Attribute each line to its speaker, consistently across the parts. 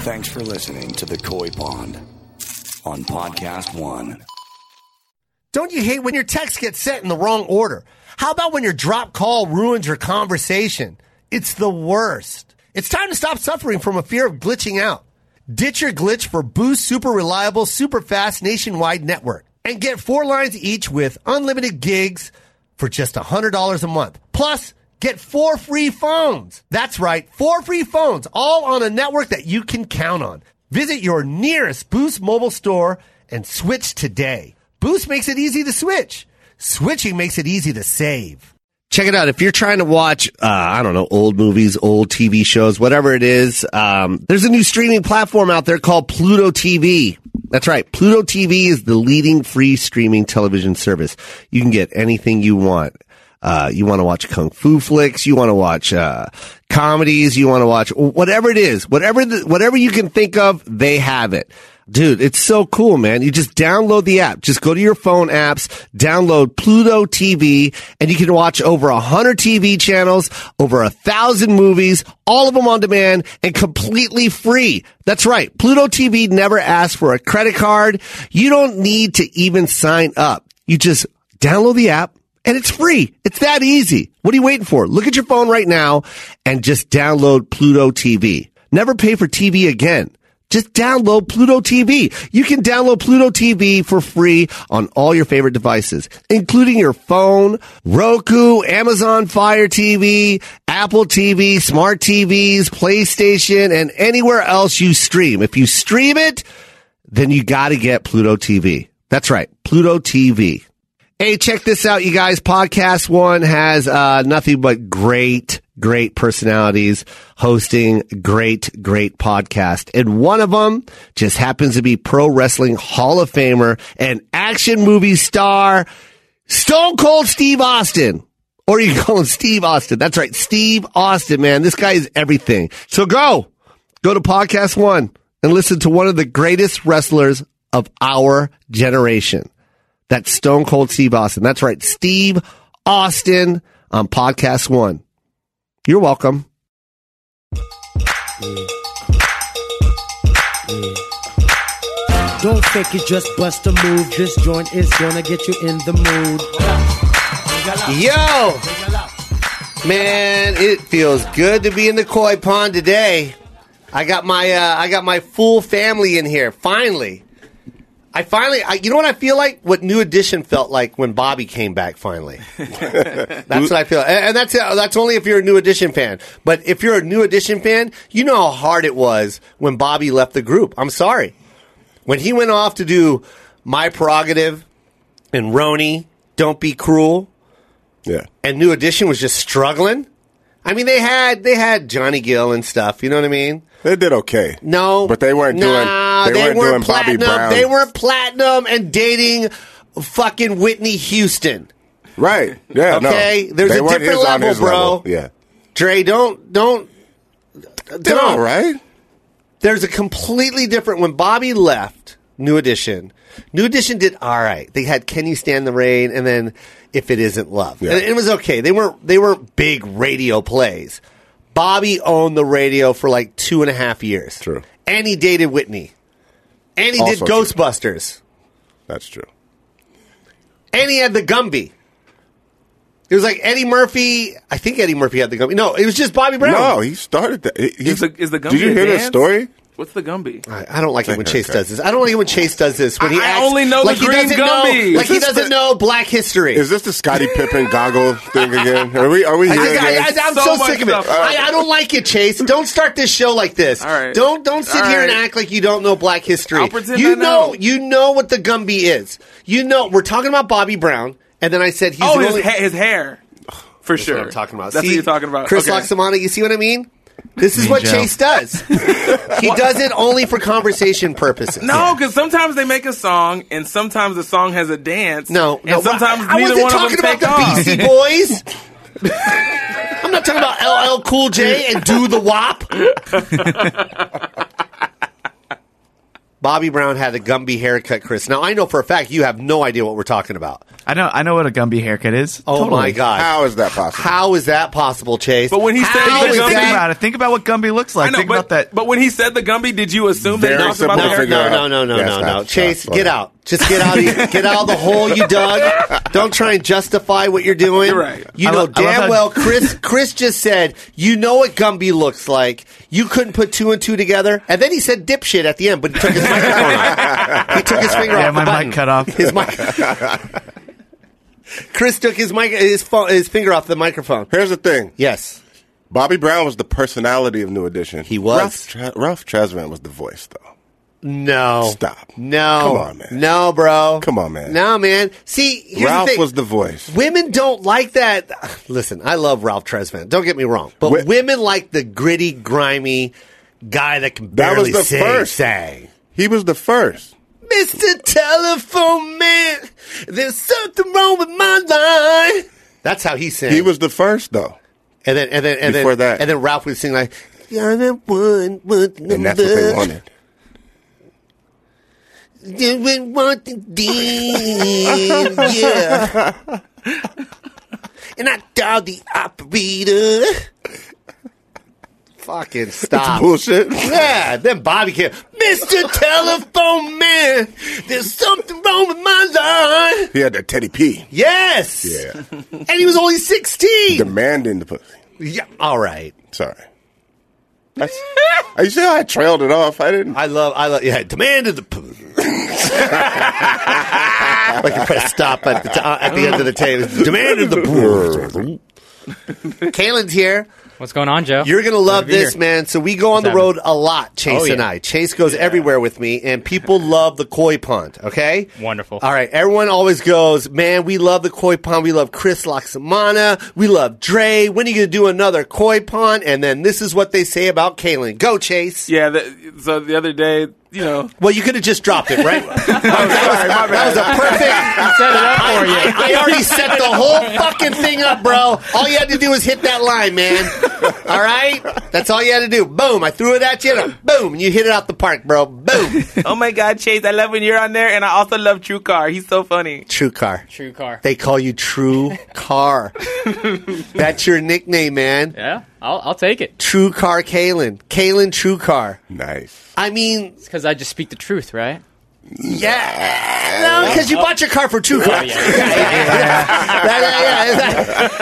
Speaker 1: Thanks for listening to the Koi Pond on Podcast One.
Speaker 2: Don't you hate when your texts get sent in the wrong order? How about when your drop call ruins your conversation? It's the worst. It's time to stop suffering from a fear of glitching out. Ditch your glitch for Boost super reliable, super fast nationwide network and get four lines each with unlimited gigs for just $100 a month. Plus, get four free phones. That's right, four free phones, all on a network that you can count on. Visit your nearest Boost mobile store and switch today. Boost makes it easy to switch. Switching makes it easy to save. Check it out. If you're trying to watch, uh, I don't know, old movies, old TV shows, whatever it is, um, there's a new streaming platform out there called Pluto TV. That's right. Pluto TV is the leading free streaming television service. You can get anything you want. Uh, you want to watch kung fu flicks. You want to watch uh, comedies. You want to watch whatever it is, whatever the, whatever you can think of, they have it. Dude, it's so cool, man. You just download the app. Just go to your phone apps, download Pluto TV, and you can watch over a hundred TV channels, over a thousand movies, all of them on demand and completely free. That's right. Pluto TV never asks for a credit card. You don't need to even sign up. You just download the app and it's free. It's that easy. What are you waiting for? Look at your phone right now and just download Pluto TV. Never pay for TV again. Just download Pluto TV. You can download Pluto TV for free on all your favorite devices, including your phone, Roku, Amazon Fire TV, Apple TV, smart TVs, PlayStation, and anywhere else you stream. If you stream it, then you got to get Pluto TV. That's right, Pluto TV. Hey, check this out, you guys. Podcast One has uh, nothing but great, great personalities hosting great, great podcast. And one of them just happens to be Pro Wrestling Hall of Famer and action movie star, Stone Cold Steve Austin. Or you can call him Steve Austin. That's right, Steve Austin, man. This guy is everything. So go, go to Podcast One and listen to one of the greatest wrestlers of our generation. That's Stone Cold Steve Austin. That's right, Steve Austin on Podcast One. You're welcome.
Speaker 3: Don't fake it, just bust a move. This joint is gonna get you in the mood.
Speaker 2: Yo, man, it feels good to be in the koi pond today. I got my uh, I got my full family in here. Finally, I finally. I, you know what I feel like? What New Edition felt like when Bobby came back. Finally, that's what I feel. And, and that's uh, that's only if you're a New Edition fan. But if you're a New Edition fan, you know how hard it was when Bobby left the group. I'm sorry, when he went off to do my prerogative and Roni, don't be cruel.
Speaker 4: Yeah.
Speaker 2: and New Edition was just struggling. I mean, they had they had Johnny Gill and stuff. You know what I mean?
Speaker 4: They did okay.
Speaker 2: No,
Speaker 4: But they weren't
Speaker 2: Nah,
Speaker 4: doing they, weren't, doing Bobby
Speaker 2: platinum.
Speaker 4: Brown.
Speaker 2: They weren't platinum and dating fucking Whitney Houston.
Speaker 4: Right. Yeah,
Speaker 2: Okay,
Speaker 4: no.
Speaker 2: there's
Speaker 4: they
Speaker 2: a
Speaker 4: weren't
Speaker 2: different
Speaker 4: his on
Speaker 2: level,
Speaker 4: his
Speaker 2: bro.
Speaker 4: level. Yeah.
Speaker 2: Dre, don't don't
Speaker 4: They're all right.
Speaker 2: there's a completely different when Bobby left New Edition. New Edition did all right. They had "Can You Stand the Rain" and then "If It Isn't Love."
Speaker 4: Yeah.
Speaker 2: And it was okay. They weren't they weren't big radio plays. Bobby owned the radio for like two and a half years.
Speaker 4: True.
Speaker 2: And he dated Whitney. And he
Speaker 4: Also
Speaker 2: did
Speaker 4: true.
Speaker 2: Ghostbusters.
Speaker 4: That's true.
Speaker 2: And he had the Gumby. It was like Eddie Murphy. I think Eddie Murphy had the Gumby. No, it was just Bobby Brown.
Speaker 4: No, he started that. He, he-
Speaker 5: Is the, is the Gumby
Speaker 4: Did you
Speaker 5: a
Speaker 4: hear
Speaker 5: dance?
Speaker 4: the story?
Speaker 5: What's the Gumby?
Speaker 2: I, I don't like it when
Speaker 4: Finger
Speaker 2: Chase
Speaker 4: cut.
Speaker 2: does this. I don't like it when Chase does this. When he
Speaker 5: I
Speaker 2: acts
Speaker 5: only know the
Speaker 2: like he
Speaker 5: green
Speaker 2: doesn't
Speaker 5: gummies.
Speaker 2: know, like he
Speaker 4: Is this
Speaker 2: doesn't
Speaker 4: the-
Speaker 2: know black history.
Speaker 4: Is this the Scottie Pippen goggle thing again? Are we are we
Speaker 2: I
Speaker 4: here
Speaker 2: just,
Speaker 4: again?
Speaker 2: I, I, am
Speaker 5: So
Speaker 2: so,
Speaker 5: much
Speaker 2: sick of it.
Speaker 5: stuff.
Speaker 2: I, I don't like it, Chase. Don't start this show like this.
Speaker 5: All right.
Speaker 2: Don't don't sit
Speaker 5: All
Speaker 2: here and
Speaker 5: right.
Speaker 2: act like you don't know Black history.
Speaker 5: I'll pretend
Speaker 2: you
Speaker 5: I
Speaker 2: know,
Speaker 5: know.
Speaker 2: you know what the Gumby is. You know we're talking about Bobby Brown, and then I said he's
Speaker 5: oh,
Speaker 2: the
Speaker 5: his,
Speaker 2: only.
Speaker 5: ha- his hair. For sure.
Speaker 2: what I'm talking about.
Speaker 5: That's
Speaker 2: See,
Speaker 5: what you're talking about.
Speaker 2: Chris
Speaker 5: Okay.
Speaker 2: Loxamana, you see what I mean? This is what
Speaker 6: Joe.
Speaker 2: Chase does. he does it only for conversation purposes.
Speaker 5: No, because sometimes they make a song, and sometimes the song has a dance.
Speaker 2: No,
Speaker 5: and
Speaker 2: no,
Speaker 5: sometimes
Speaker 2: I, I wasn't
Speaker 5: neither one
Speaker 2: talking
Speaker 5: of them
Speaker 2: about
Speaker 5: take off.
Speaker 2: the BC Boys. I'm not talking about LL Cool J and do the WAP. Bobby Brown had a Gumby haircut, Chris. Now I know for a fact you have no idea what we're talking about.
Speaker 7: I know. I know what a Gumby haircut is.
Speaker 2: Oh
Speaker 7: Totally.
Speaker 2: my god!
Speaker 4: How is that possible?
Speaker 2: How is that possible, Chase?
Speaker 5: But when he said
Speaker 2: How
Speaker 5: the
Speaker 2: is
Speaker 7: Think
Speaker 5: Gumby-
Speaker 2: Oh, that-
Speaker 7: about it. Think about what Gumby looks like.
Speaker 5: I know,
Speaker 7: think
Speaker 5: but,
Speaker 7: about that.
Speaker 5: But when he said the Gumby, did you assume that
Speaker 4: Very
Speaker 5: he talked about
Speaker 4: simple
Speaker 5: the
Speaker 2: No,
Speaker 4: to
Speaker 5: haircut?
Speaker 4: figure
Speaker 2: no,
Speaker 4: out.
Speaker 2: no, no, no,
Speaker 4: Yes,
Speaker 2: no, no.
Speaker 4: that's-
Speaker 2: Chase,
Speaker 4: that's
Speaker 2: get
Speaker 4: funny.
Speaker 2: out. Just get out. Of, get out of the hole you dug. Don't try and justify what you're doing.
Speaker 5: You're right.
Speaker 2: You
Speaker 7: I
Speaker 2: know
Speaker 7: love- I love
Speaker 2: damn
Speaker 7: how-
Speaker 2: well, Chris. Chris just said you know what Gumby looks like. You couldn't put two and two together, and then he said dipshit at the end, but he took his microphone. off. He took his finger
Speaker 7: Yeah,
Speaker 2: off.
Speaker 7: my
Speaker 2: the
Speaker 7: mic
Speaker 2: button.
Speaker 7: cut off.
Speaker 2: His mic. Chris took his mic, his phone, his finger off the microphone.
Speaker 4: Here's the thing.
Speaker 2: Yes.
Speaker 4: Bobby Brown was the personality of New Edition.
Speaker 2: He was.
Speaker 4: Ralph, Tre- Ralph Tresvant was the voice, though.
Speaker 2: No.
Speaker 4: Stop.
Speaker 2: No.
Speaker 4: Come on, man.
Speaker 2: No, bro.
Speaker 4: Come on, man.
Speaker 2: No, man. See, here's
Speaker 4: Ralph
Speaker 2: the thing.
Speaker 4: was the voice.
Speaker 2: Women don't like that. Listen, I love Ralph Tresvant. Don't get me wrong, but
Speaker 4: Wi-
Speaker 2: women like the gritty, grimy guy that can
Speaker 4: That was
Speaker 2: barely
Speaker 4: the
Speaker 2: sing.
Speaker 4: first.
Speaker 2: Sang.
Speaker 4: He was the first.
Speaker 2: Mr. Telephone Man, there's something wrong with my line. That's how he sang.
Speaker 4: He was the first, though.
Speaker 2: and then, and then, and
Speaker 4: Before
Speaker 2: then,
Speaker 4: that.
Speaker 2: and then Ralph would sing like, "You're the one with the
Speaker 4: And that's what they wanted.
Speaker 2: You would want the deal, yeah. and I dialed the operator. Fucking stop.
Speaker 4: Bullshit.
Speaker 2: Yeah, then Bobby came. Mr. Telephone Man, there's something wrong with my line.
Speaker 4: He had that Teddy P.
Speaker 2: Yes.
Speaker 4: Yeah.
Speaker 2: And he was only 16.
Speaker 4: Demanding the pussy.
Speaker 2: Yeah, all right.
Speaker 4: Sorry. That's, you see how I trailed it off? I didn't.
Speaker 2: I love, I love, yeah, demanded the. poo. like you press stop at the, t- uh, at the end of the tape. Demanded the. poo. Kalen's here.
Speaker 8: What's going on, Joe?
Speaker 2: You're gonna love
Speaker 8: be
Speaker 2: this,
Speaker 8: here.
Speaker 2: man. So we go on the
Speaker 8: happening?
Speaker 2: road a lot, Chase
Speaker 8: Oh, yeah.
Speaker 2: and I. Chase goes everywhere with me, and people love the koi pond. Okay,
Speaker 8: Wonderful.
Speaker 2: All right, everyone always goes, man. We love the koi pond. We love Chris Loxamana. We love Dre. When are you gonna do another koi pond? And then this is what they say about Kalen. Go, Chase.
Speaker 5: Yeah. The, so the other day, you know,
Speaker 2: Well, you could have just dropped it, right? that, was, that was a perfect.
Speaker 8: set it up for you.
Speaker 2: I, I already set the whole fucking thing up, bro. All you had to do was hit that line, man. All right? That's all you had to do. Boom. I threw it at you. And boom. You hit it out the park, bro. Boom.
Speaker 5: oh my God, Chase, I love when you're on there, and I also love True Car. He's so funny.
Speaker 2: True car.
Speaker 8: True car.
Speaker 2: They call you True Car. That's your nickname, man.
Speaker 8: yeah, I'll, I'll take it.
Speaker 2: True Car Kalen. Kalen True Car.
Speaker 4: Nice.
Speaker 2: I mean,
Speaker 8: It's because I just speak the truth, right?
Speaker 2: yeah. No, because you bought your car for True Car.
Speaker 8: Oh, yeah.
Speaker 2: what?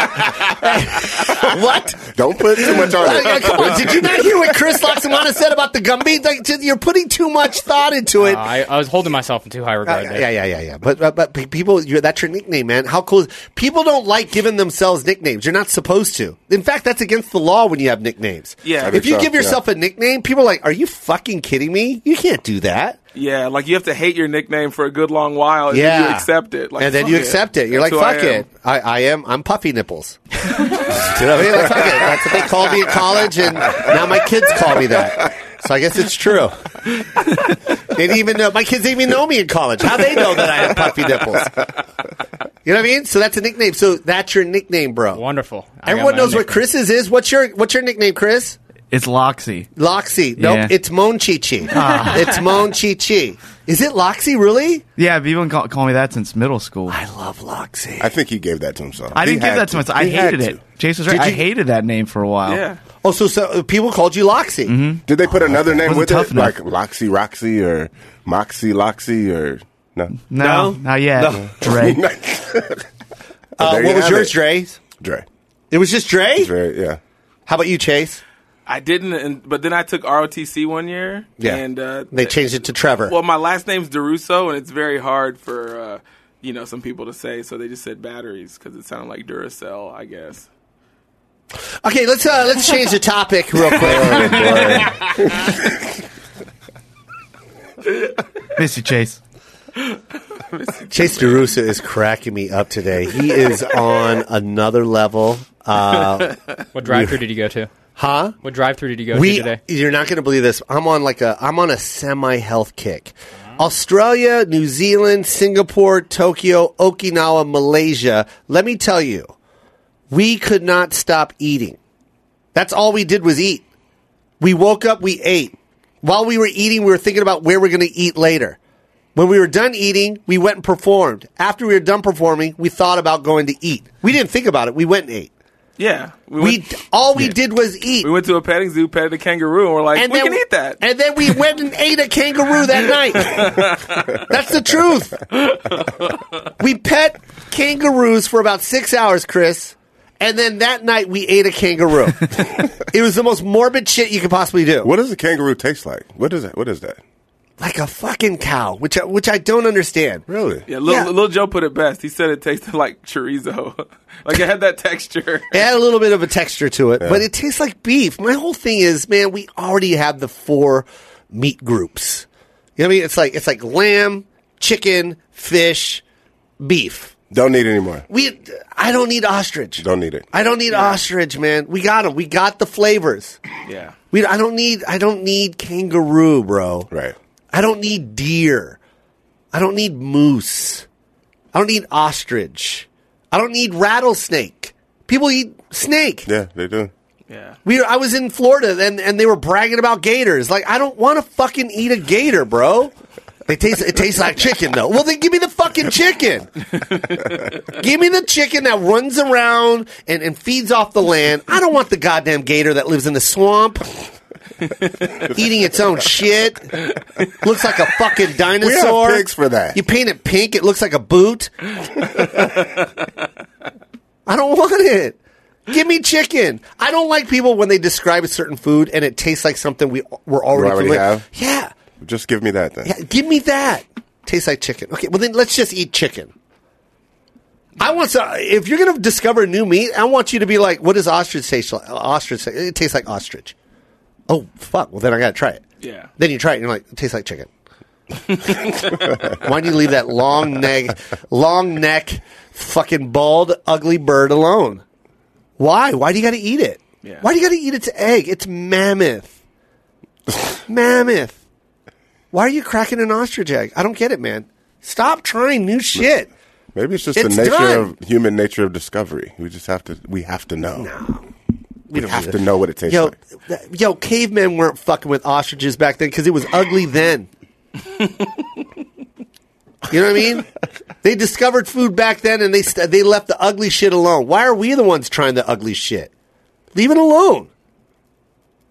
Speaker 4: Don't put too much on
Speaker 2: Uh,
Speaker 4: it.
Speaker 2: come on, did you not hear what Chris Loxamana said about the Gumby? Like, just- you're putting too much thought into it. Uh,
Speaker 8: Uh, I, I was holding myself in too high regard
Speaker 2: yeah,
Speaker 8: there.
Speaker 2: yeah, yeah, yeah, yeah. But but, but pe- people, you're, that's your nickname, man. How cool! Is, people don't like giving themselves nicknames. You're not supposed to. In fact, that's against the law when you have nicknames.
Speaker 5: Yeah. I
Speaker 2: If
Speaker 5: think
Speaker 2: you
Speaker 4: so,
Speaker 2: give
Speaker 4: yeah.
Speaker 2: yourself a nickname, people are like, "Are you fucking kidding me? You can't do that."
Speaker 5: Yeah, like you have to hate your nickname for a good long while, and
Speaker 2: yeah.
Speaker 5: then you accept it. Like,
Speaker 2: and then
Speaker 5: fuck
Speaker 2: you accept it. You're
Speaker 5: That's
Speaker 2: like,
Speaker 5: who I
Speaker 2: "Fuck
Speaker 5: am.
Speaker 2: it. I, I am. I'm puffy nipples." Do you know what I mean? Like, fuck it. That's what they called me in college, and now my kids call me that. So I guess it's true. They didn't even know my kids didn't even know me in college. How they know that I have puffy nipples? You know what I mean? So that's a nickname. So that's your nickname, bro.
Speaker 8: Wonderful. I got
Speaker 2: Everyone
Speaker 8: my own
Speaker 2: knows what
Speaker 8: nickname.
Speaker 2: Chris's is. What's your What's your nickname, Chris?
Speaker 7: it's Loxy.
Speaker 2: Loxy. Nope,
Speaker 7: Yeah.
Speaker 2: it's Moan Chi Chi.
Speaker 8: Ah.
Speaker 2: It's Moan Chi Chi. Is it Loxy really?
Speaker 7: Yeah, people call, call me that since middle school. I,
Speaker 2: I love Loxy.
Speaker 4: I think he gave that to himself.
Speaker 7: didn't give that to myself. I hated it. Chase was right.
Speaker 2: Did
Speaker 7: I
Speaker 2: you-
Speaker 7: hated that name for a while.
Speaker 5: Yeah.
Speaker 2: Oh, so, so uh, people called you Loxy.
Speaker 4: Did they put another name
Speaker 7: Wasn't
Speaker 4: with
Speaker 7: tough
Speaker 4: it?
Speaker 7: enough.
Speaker 4: Like Loxy Roxy or Moxie Loxy or. No.
Speaker 7: No, Uh,
Speaker 2: No?
Speaker 7: not yet. Dre.
Speaker 4: Well,
Speaker 2: Uh,
Speaker 4: there you
Speaker 2: what was
Speaker 4: have
Speaker 2: yours,
Speaker 4: it.
Speaker 2: Dre?
Speaker 4: Dre.
Speaker 2: It was just Dre?
Speaker 4: Dre, yeah.
Speaker 2: How about you, Chase?
Speaker 5: I didn't, and, but then I took ROTC one year.
Speaker 2: Yeah.
Speaker 5: And uh,
Speaker 2: They changed it to Trevor.
Speaker 5: well, my last name's Deruso, and it's very hard for uh, you know some people to say, so they just said batteries because it sounded like Duracell, I guess.
Speaker 2: okay, let's uh, let's change the topic real quick.
Speaker 4: Oh, Boy.
Speaker 7: Miss you, Chase.
Speaker 2: Chase Derusa is cracking me up today. He is on another level. Uh,
Speaker 8: What drive through did you go to?
Speaker 2: huh?
Speaker 8: What drive through did you go
Speaker 2: We,
Speaker 8: to today?
Speaker 2: you're not going to believe this. I'm on like a I'm on a semi health kick. Australia, New Zealand, Singapore, Tokyo, Okinawa, Malaysia. Let me tell you, we could not stop eating. That's all we did was eat. We woke up, we ate. While we were eating, we were thinking about where we're going to eat later. When we were done eating, we went and performed. After we were done performing, we thought about going to eat. We didn't think about it. We went and ate.
Speaker 5: Yeah, we
Speaker 2: We
Speaker 5: went,
Speaker 2: all we did was eat.
Speaker 5: we went to a petting zoo, petted a kangaroo, and we're like, we can eat that.
Speaker 2: And then we went and ate a kangaroo that night. That's the truth. We pet kangaroos for about six hours, Chris. And then that night we ate a kangaroo. it was the most morbid shit you could possibly do.
Speaker 4: What does a kangaroo taste like? What is that? What is that?
Speaker 2: Like a fucking cow, which I, which I don't understand.
Speaker 4: Really?
Speaker 5: yeah, Lil,
Speaker 2: Yeah.
Speaker 5: Lil Joe put it best. He said it tasted like chorizo, like it had that texture.
Speaker 2: It had a little bit of a texture to it, but it tastes like beef. My whole thing is, man, we already have the four meat groups. You know what I mean? It's like it's like lamb, chicken, fish, beef.
Speaker 4: Don't need any more.
Speaker 2: We, I don't need ostrich.
Speaker 4: Don't need it.
Speaker 2: I don't need ostrich, man. We got them. We got the flavors.
Speaker 5: Yeah,
Speaker 2: We, I don't need, I don't need kangaroo, bro.
Speaker 4: Right.
Speaker 2: I don't need deer. I don't need moose. I don't need ostrich. I don't need rattlesnake. People eat snake.
Speaker 4: Yeah, they do.
Speaker 5: yeah.
Speaker 2: We, I was in Florida and, and they were bragging about gators. Like, I don't want to fucking eat a gator, bro. They taste, it tastes like chicken, though. Well, then give me the fucking chicken. give me the chicken that runs around and, and feeds off the land. I don't want the goddamn gator that lives in the swamp. Eating its own shit. Looks like a fucking dinosaur.
Speaker 4: pigs for that.
Speaker 2: You paint it pink, it looks like a boot. I don't want it. Give me chicken. I don't like people when they describe a certain food and it tastes like something we we're already,
Speaker 4: already
Speaker 2: familiar-
Speaker 4: have?
Speaker 2: Yeah.
Speaker 4: Just give me that then.
Speaker 2: Yeah, give me that. Tastes like chicken. Okay, well then let's just eat chicken. I want to. If you're going to discover new meat, I want you to be like, "What does ostrich taste like?" Ostrich. It tastes like ostrich. Oh fuck! Well then I got to try it.
Speaker 5: Yeah.
Speaker 2: Then you try it and you're like, "It tastes like chicken." Why do you leave that long neck, long neck, fucking bald, ugly bird alone? Why? Why do you got to eat it?
Speaker 5: Yeah.
Speaker 2: Why do you got to eat its egg? It's mammoth. mammoth. Why are you cracking an ostrich egg? I don't get it, man. Stop trying new shit.
Speaker 4: Maybe it's just
Speaker 2: It's
Speaker 4: the nature
Speaker 2: done.
Speaker 4: of human nature of discovery. We just have to. We have to know.
Speaker 2: We don't
Speaker 4: have
Speaker 2: do
Speaker 4: to
Speaker 2: that.
Speaker 4: know what it tastes
Speaker 2: yo,
Speaker 4: like.
Speaker 2: th- Yo, cavemen weren't fucking with ostriches back then because it was ugly then. you know what I mean? They discovered food back then and they st- they left the ugly shit alone. Why are we the ones trying the ugly shit? Leave it alone.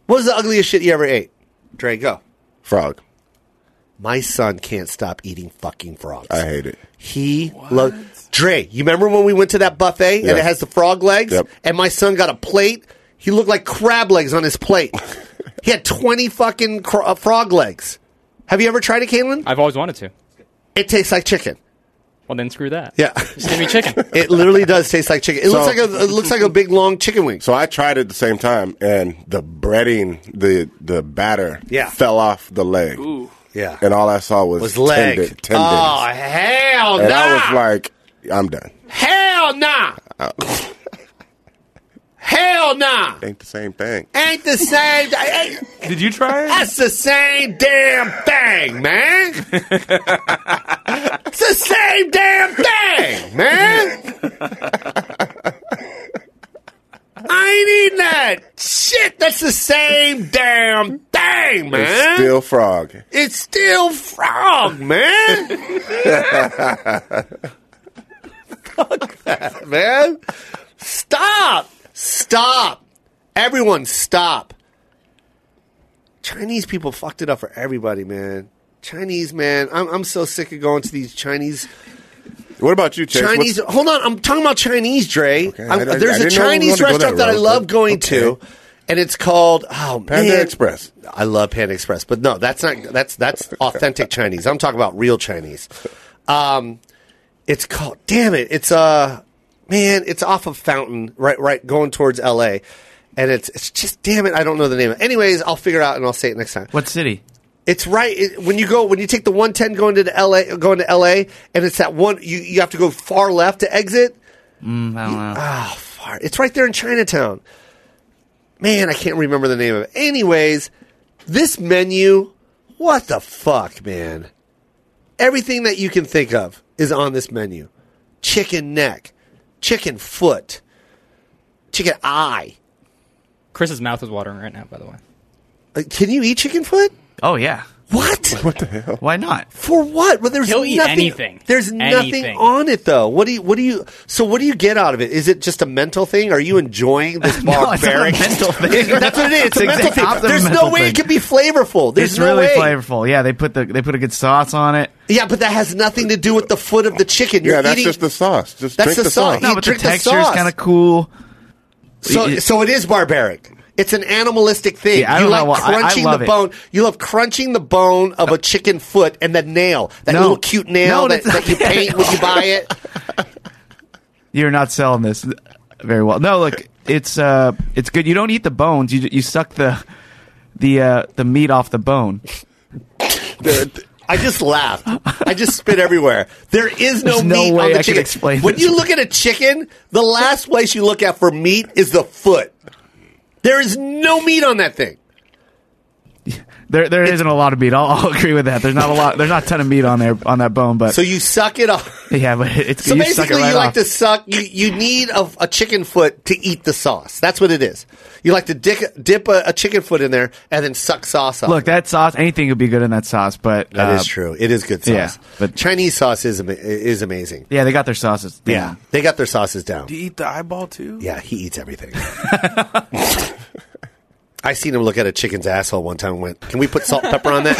Speaker 2: What was the ugliest shit you ever ate? Dre, go.
Speaker 4: Frog.
Speaker 2: My son can't stop eating fucking frogs.
Speaker 4: I hate it.
Speaker 2: He loved Dre. You remember when we went to that buffet and
Speaker 4: Yeah.
Speaker 2: it has the frog legs?
Speaker 4: Yep.
Speaker 2: And my son got a plate. He looked like crab legs on his plate. he had twenty fucking cro- uh, frog legs. Have you ever tried it, Caitlin?
Speaker 8: I've always wanted to.
Speaker 2: It tastes like chicken.
Speaker 8: Well, then screw that.
Speaker 2: Yeah,
Speaker 8: Just give me chicken.
Speaker 2: it literally does taste like chicken. It looks like a it looks like a big long chicken wing.
Speaker 4: So I tried it at the same time, and the breading, the the batter,
Speaker 2: Yeah.
Speaker 4: fell off the leg,
Speaker 5: Ooh,
Speaker 2: Yeah,
Speaker 4: and all I saw was,
Speaker 2: was leg.
Speaker 4: tendon- tendons.
Speaker 2: oh hell
Speaker 4: and
Speaker 2: nah!
Speaker 4: I was like, I'm done.
Speaker 2: hell nah!
Speaker 4: Oh.
Speaker 2: hell nah!
Speaker 4: Ain't the same thing.
Speaker 2: Ain't the same. ain't-
Speaker 5: did you try it?
Speaker 2: That's the same damn thing, man. it's the same damn thing, man. I ain't eating that shit. That's the same damn thing, man.
Speaker 4: It's still frog.
Speaker 2: It's still frog, man. Fuck that, man. Stop. Stop. Everyone, stop. Chinese people fucked it up for everybody, man. Chinese, man. I'm, I'm so sick of going to these Chinese.
Speaker 4: What about you, Chase?
Speaker 2: Chinese.
Speaker 4: What's-
Speaker 2: Hold on. I'm talking about Chinese, Dre.
Speaker 4: Okay,
Speaker 2: I'm-
Speaker 4: I- I- I
Speaker 2: there's a
Speaker 4: didn't know we wanted
Speaker 2: Chinese
Speaker 4: to go that
Speaker 2: restaurant that, I
Speaker 4: route,
Speaker 2: love
Speaker 4: but-
Speaker 2: going to,
Speaker 4: okay.
Speaker 2: and it's called, oh,
Speaker 4: Panda
Speaker 2: man.
Speaker 4: Express.
Speaker 2: I love Panda Express, but no, that's not that's that's authentic Chinese. I'm talking about real Chinese. Um, it's called damn it. It's uh man, it's off of Fountain, right right going towards LA. And it's it's just damn it, I don't know the name. of it. Anyways, I'll figure it out and I'll say it next time.
Speaker 7: What city?
Speaker 2: It's right it, when you go when you take the 110 going to the LA going to LA and it's that one you you have to go far left to exit.
Speaker 7: Mm, I don't know.
Speaker 2: Oh, far. It's right there in Chinatown. Man, I can't remember the name of it. Anyways, this menu, what the fuck, man? Everything that you can think of is on this menu chicken neck, chicken foot, chicken eye.
Speaker 8: Chris's mouth is watering right now, by the way.
Speaker 2: Uh, Can you eat chicken foot?
Speaker 7: Oh yeah.
Speaker 9: What?
Speaker 4: What the hell?
Speaker 7: Why not?
Speaker 9: For what? Well, there's
Speaker 8: He'll eat
Speaker 9: nothing.
Speaker 8: anything.
Speaker 9: There's nothing
Speaker 8: Anything.
Speaker 9: on it though.
Speaker 2: So what do you? What do you? So what do you get out of it? Is it just a mental thing? Are you enjoying this
Speaker 7: No, it's not a
Speaker 2: barbaric?
Speaker 7: mental thing.
Speaker 2: That's what it is. It's,
Speaker 7: It's
Speaker 2: a mental
Speaker 7: exact
Speaker 2: thing.
Speaker 7: opposite of
Speaker 2: There's
Speaker 7: a
Speaker 2: no
Speaker 7: mental
Speaker 2: way
Speaker 7: thing.
Speaker 2: it can be flavorful. There's
Speaker 7: it's
Speaker 2: no
Speaker 7: really
Speaker 2: way.
Speaker 7: flavorful. Yeah, they put the they put a good sauce on it.
Speaker 2: Yeah, but that has nothing to do with the foot of the chicken. You're
Speaker 4: Yeah, that's
Speaker 2: eating,
Speaker 4: just the sauce. Just
Speaker 2: That's
Speaker 4: drink
Speaker 2: the
Speaker 4: the,
Speaker 2: sauce.
Speaker 4: sauce.
Speaker 7: No,
Speaker 2: You
Speaker 7: but the
Speaker 2: drink the
Speaker 7: texture is
Speaker 2: sauce.
Speaker 7: kind of cool.
Speaker 2: So,
Speaker 7: It-
Speaker 2: so it is barbaric. It's an animalistic thing.
Speaker 7: Yeah, I
Speaker 2: you
Speaker 7: don't
Speaker 2: like
Speaker 7: know. I- I
Speaker 2: crunching
Speaker 7: love
Speaker 2: the
Speaker 7: it.
Speaker 2: bone. You love crunching the bone of a chicken foot and the nail, that
Speaker 7: No.
Speaker 2: little cute nail
Speaker 7: No,
Speaker 2: that,
Speaker 7: that's not
Speaker 2: that you paint when you buy it.
Speaker 7: You're not selling this very well. No, look, it's uh, it's good. You don't eat the bones. You you suck the the uh, the meat off the bone.
Speaker 2: I just laughed. I just spit everywhere. There is no
Speaker 7: There's no
Speaker 2: meat
Speaker 7: way
Speaker 2: on
Speaker 7: I
Speaker 2: the
Speaker 7: can
Speaker 2: chicken.
Speaker 7: explain
Speaker 2: when
Speaker 7: this.
Speaker 2: you look at a chicken, the last place you look at for meat is the foot. There is no meat on that thing.
Speaker 7: There there not a lot of meat. I'll, I'll agree with that. There's not a lot. There's not a ton of meat on there on that bone. But
Speaker 2: So you suck it off.
Speaker 7: yeah, but it's
Speaker 2: So
Speaker 7: you suck it
Speaker 2: basically,
Speaker 7: right
Speaker 2: you
Speaker 7: off.
Speaker 2: like to suck. You, you need a, a chicken foot to eat the sauce. That's what it is. You like to dick, dip a, a chicken foot in there and then suck sauce off.
Speaker 7: Look, that sauce. Anything would be good in that sauce. But
Speaker 2: that is
Speaker 7: uh,
Speaker 2: true. It is good sauce.
Speaker 7: yeah,
Speaker 2: but
Speaker 7: but-
Speaker 2: Chinese sauce is ama- is amazing.
Speaker 7: Yeah, they got their sauces.
Speaker 2: Yeah, they got their sauces down.
Speaker 5: Do you eat the eyeball too?
Speaker 2: Yeah, he eats everything. I seen him look at a chicken's asshole one time and went, Can we put salt and pepper on that?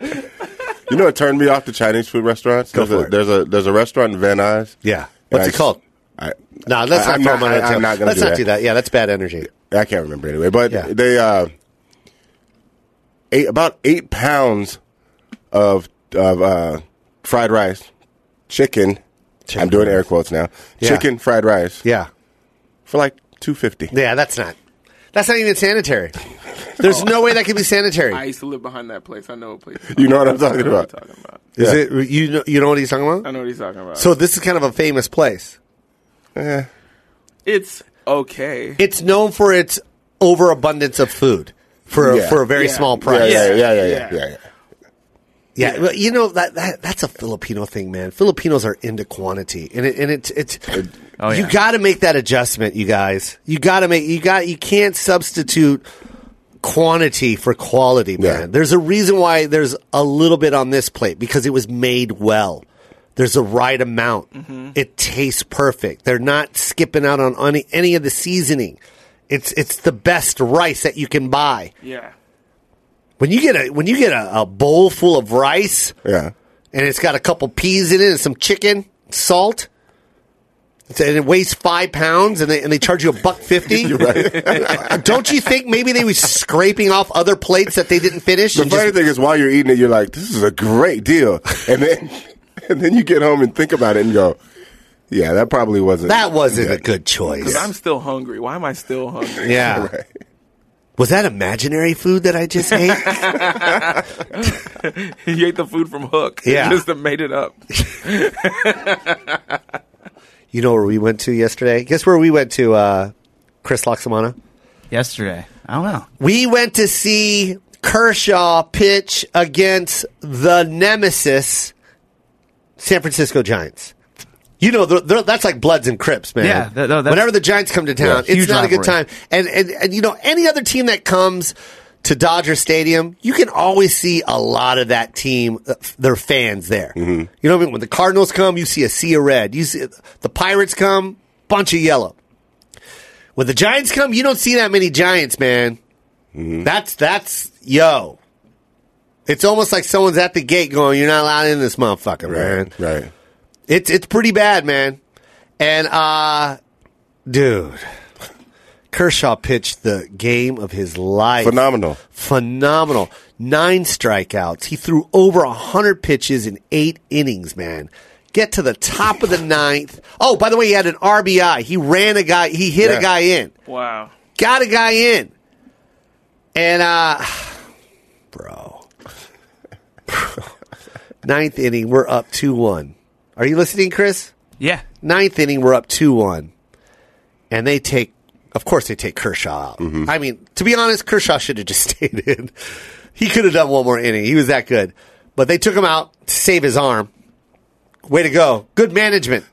Speaker 4: You know what turned me off to Chinese food restaurants?
Speaker 2: Go
Speaker 4: There's
Speaker 2: for
Speaker 4: a,
Speaker 2: it.
Speaker 4: there's a there's a restaurant in Van Nuys.
Speaker 2: yeah.
Speaker 4: And
Speaker 2: What's
Speaker 4: I
Speaker 2: it called?
Speaker 4: I,
Speaker 2: No, let's
Speaker 4: I-
Speaker 2: not
Speaker 4: I'm
Speaker 2: throw
Speaker 4: not-
Speaker 2: him on that.
Speaker 4: I- I'm
Speaker 2: too.
Speaker 4: not gonna
Speaker 2: Let's
Speaker 4: do
Speaker 2: not
Speaker 4: that.
Speaker 2: do that. Yeah, that's bad energy.
Speaker 4: I can't remember anyway, but
Speaker 2: Yeah.
Speaker 4: they uh, ate about eight pounds of of uh, fried rice, chicken. I'm doing air quotes now.
Speaker 2: Yeah.
Speaker 4: Chicken fried rice
Speaker 2: Yeah.
Speaker 4: for like two fifty.
Speaker 2: Yeah, that's not. That's not even sanitary. There's no way that could be sanitary.
Speaker 5: I used to live behind that place. I know what place.
Speaker 4: You know what I'm
Speaker 5: I
Speaker 4: talking
Speaker 5: know what
Speaker 4: about?
Speaker 5: he's talking about.
Speaker 2: Is it you know you know what he's talking
Speaker 5: I
Speaker 2: about?
Speaker 5: know what he's talking about.
Speaker 2: So this is kind of a famous place.
Speaker 5: it's okay.
Speaker 2: It's known for its overabundance of food for a,
Speaker 4: Yeah.
Speaker 2: for a very
Speaker 5: Yeah.
Speaker 2: small
Speaker 4: Yeah,
Speaker 2: price.
Speaker 4: yeah, yeah, yeah, yeah,
Speaker 5: Yeah.
Speaker 4: yeah, yeah.
Speaker 2: Yeah, well, you know that, that that's a Filipino thing, man. Filipinos are into quantity, and it, and it's it's
Speaker 7: Oh,
Speaker 2: you
Speaker 7: yeah.
Speaker 2: got to make that adjustment, you guys. You got to make you got you can't substitute quantity for quality, man.
Speaker 4: Yeah.
Speaker 2: There's a reason why there's a little bit on this plate because it was made well. There's a right amount. It tastes perfect. They're not skipping out on any any of the seasoning. It's it's the best rice that you can buy.
Speaker 5: yeah.
Speaker 2: When you get a when you get a, a bowl full of rice,
Speaker 4: yeah.
Speaker 2: and it's got a couple peas in it and some chicken, salt. It's- And it weighs five pounds, and they and they charge you a buck 50 Don't you think maybe they were scraping off other plates that they didn't finish?
Speaker 4: The
Speaker 2: and
Speaker 4: funny
Speaker 2: just-
Speaker 4: thing is, while you're eating it, you're like, "This is a great deal," and then and then you get home and think about it and go, "Yeah, that probably wasn't
Speaker 2: that wasn't
Speaker 4: Yeah.
Speaker 2: a good
Speaker 5: Because
Speaker 2: choice.
Speaker 5: I'm still hungry. Why am I still hungry?
Speaker 2: Yeah, was that imaginary food that I just ate?
Speaker 5: you ate the food from Hook.
Speaker 2: Yeah.
Speaker 5: You just made it up.
Speaker 2: you know where we went to yesterday? Guess where we went to? Uh, Chris Loxamana.
Speaker 7: Yesterday, I don't know.
Speaker 2: We went to see Kershaw pitch against the nemesis, San Francisco Giants. You know, they're, they're, that's like Bloods and Crips, man.
Speaker 7: Yeah, th- no, that's-
Speaker 2: Whenever the Giants come to town,
Speaker 7: Yeah,
Speaker 2: it's
Speaker 7: huge
Speaker 2: not a good time.
Speaker 7: rivalry.
Speaker 2: And, and, and, you know, any other team that comes to Dodger Stadium, you can always see a lot of that team, uh, their fans there.
Speaker 7: Mm-hmm.
Speaker 2: You know what I mean? When the Cardinals come, you see a sea of red. You see the Pirates come, bunch of yellow. When the Giants come, you don't see that many Giants, man. That's that's yo. It's almost like someone's at the gate going, "You're not allowed in this motherfucker, man."
Speaker 4: right, right."
Speaker 2: It's it's pretty bad, man. And uh dude, Kershaw pitched the game of his life.
Speaker 4: Phenomenal.
Speaker 2: Phenomenal. Nine strikeouts. He threw over a hundred pitches in eight innings, man. Get to the top of the ninth. Oh, by the way, he had an RBI. He ran a guy. He hit a
Speaker 4: Yeah.
Speaker 2: guy in
Speaker 5: Wow.
Speaker 2: got a guy in. And uh bro. Ninth inning, we're up two one. Are you listening, Chris?
Speaker 7: Yeah,
Speaker 2: Ninth inning, we're up two one. And they take of course they take Kershaw out. I mean, to be honest, Kershaw should have just stayed in. He could have done one more inning. He was that good. But they took him out to save his arm. Way to go. Good management.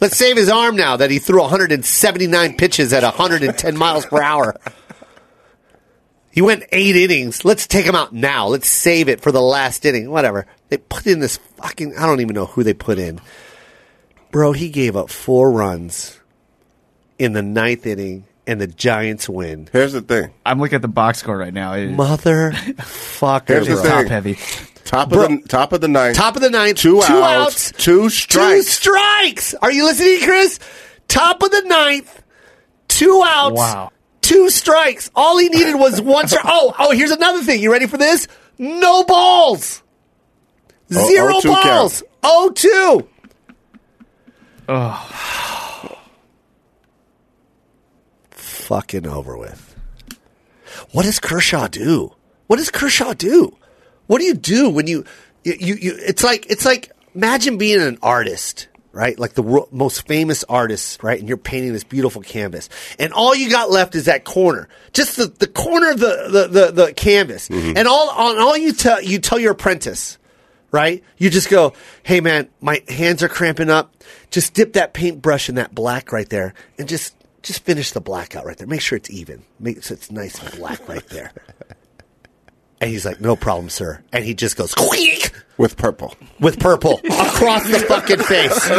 Speaker 2: Let's save his arm now that he threw 179 pitches at 110 miles per hour. He went eight innings. Let's take him out now. Let's save it for the last inning. Whatever. They put in this fucking. I don't even know who they put in. Bro, he gave up four runs in the ninth inning, and the Giants win.
Speaker 4: Here's the thing.
Speaker 7: I'm looking at the box score right now. It is
Speaker 2: Mother
Speaker 4: Here's the
Speaker 2: fucker.
Speaker 4: thing.
Speaker 7: top heavy.
Speaker 4: Top of
Speaker 2: Bro.
Speaker 4: the top of the ninth.
Speaker 2: Top of the ninth.
Speaker 4: Two,
Speaker 2: outs.
Speaker 4: outs. Two
Speaker 2: Two
Speaker 4: strikes.
Speaker 2: strikes. Are you listening, Chris? Top of the ninth, two outs,
Speaker 8: Wow.
Speaker 2: two strikes. All he needed was one strike. Oh, oh, here's another thing. You ready for this? No balls.
Speaker 4: Oh,
Speaker 2: Zero
Speaker 4: oh, two
Speaker 2: balls.
Speaker 4: count.
Speaker 2: Oh, two. Fucking over with. What does Kershaw do? What does Kershaw do? What do you do when you, you, you, you it's like, it's like, imagine being an artist, right? Like the wor- most famous artist, right? And you're painting this beautiful canvas and all you got left is that corner, just the, the corner of the, the, the, the canvas.
Speaker 4: Mm-hmm.
Speaker 2: And all, on all you tell, you tell your apprentice, right? You just go, hey man, my hands are cramping up. Just dip that paintbrush in that black right there and just, just finish the black out right there. Make sure it's even. Make sure it's nice and black right there. And he's like, no problem, sir. And he just goes, squeak
Speaker 4: With purple.
Speaker 2: with purple across the fucking face.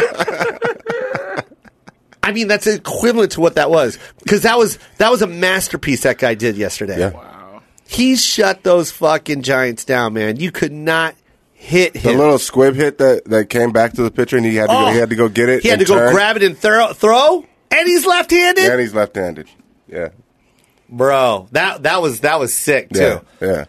Speaker 2: I mean, that's equivalent to what that was because that was that was a masterpiece that guy did yesterday.
Speaker 4: Yeah.
Speaker 2: He shut those fucking giants down, man. You could not hit
Speaker 4: The
Speaker 2: him.
Speaker 4: little squib hit that, that came back to the pitcher and he had to go,
Speaker 2: Oh.
Speaker 4: he had to go get it.
Speaker 2: He had to
Speaker 4: and
Speaker 2: go
Speaker 4: turn.
Speaker 2: grab it and throw, throw and he's left-handed,
Speaker 4: And he's left-handed. Yeah.
Speaker 2: bro. That that was that was sick too.
Speaker 4: Yeah. Yeah.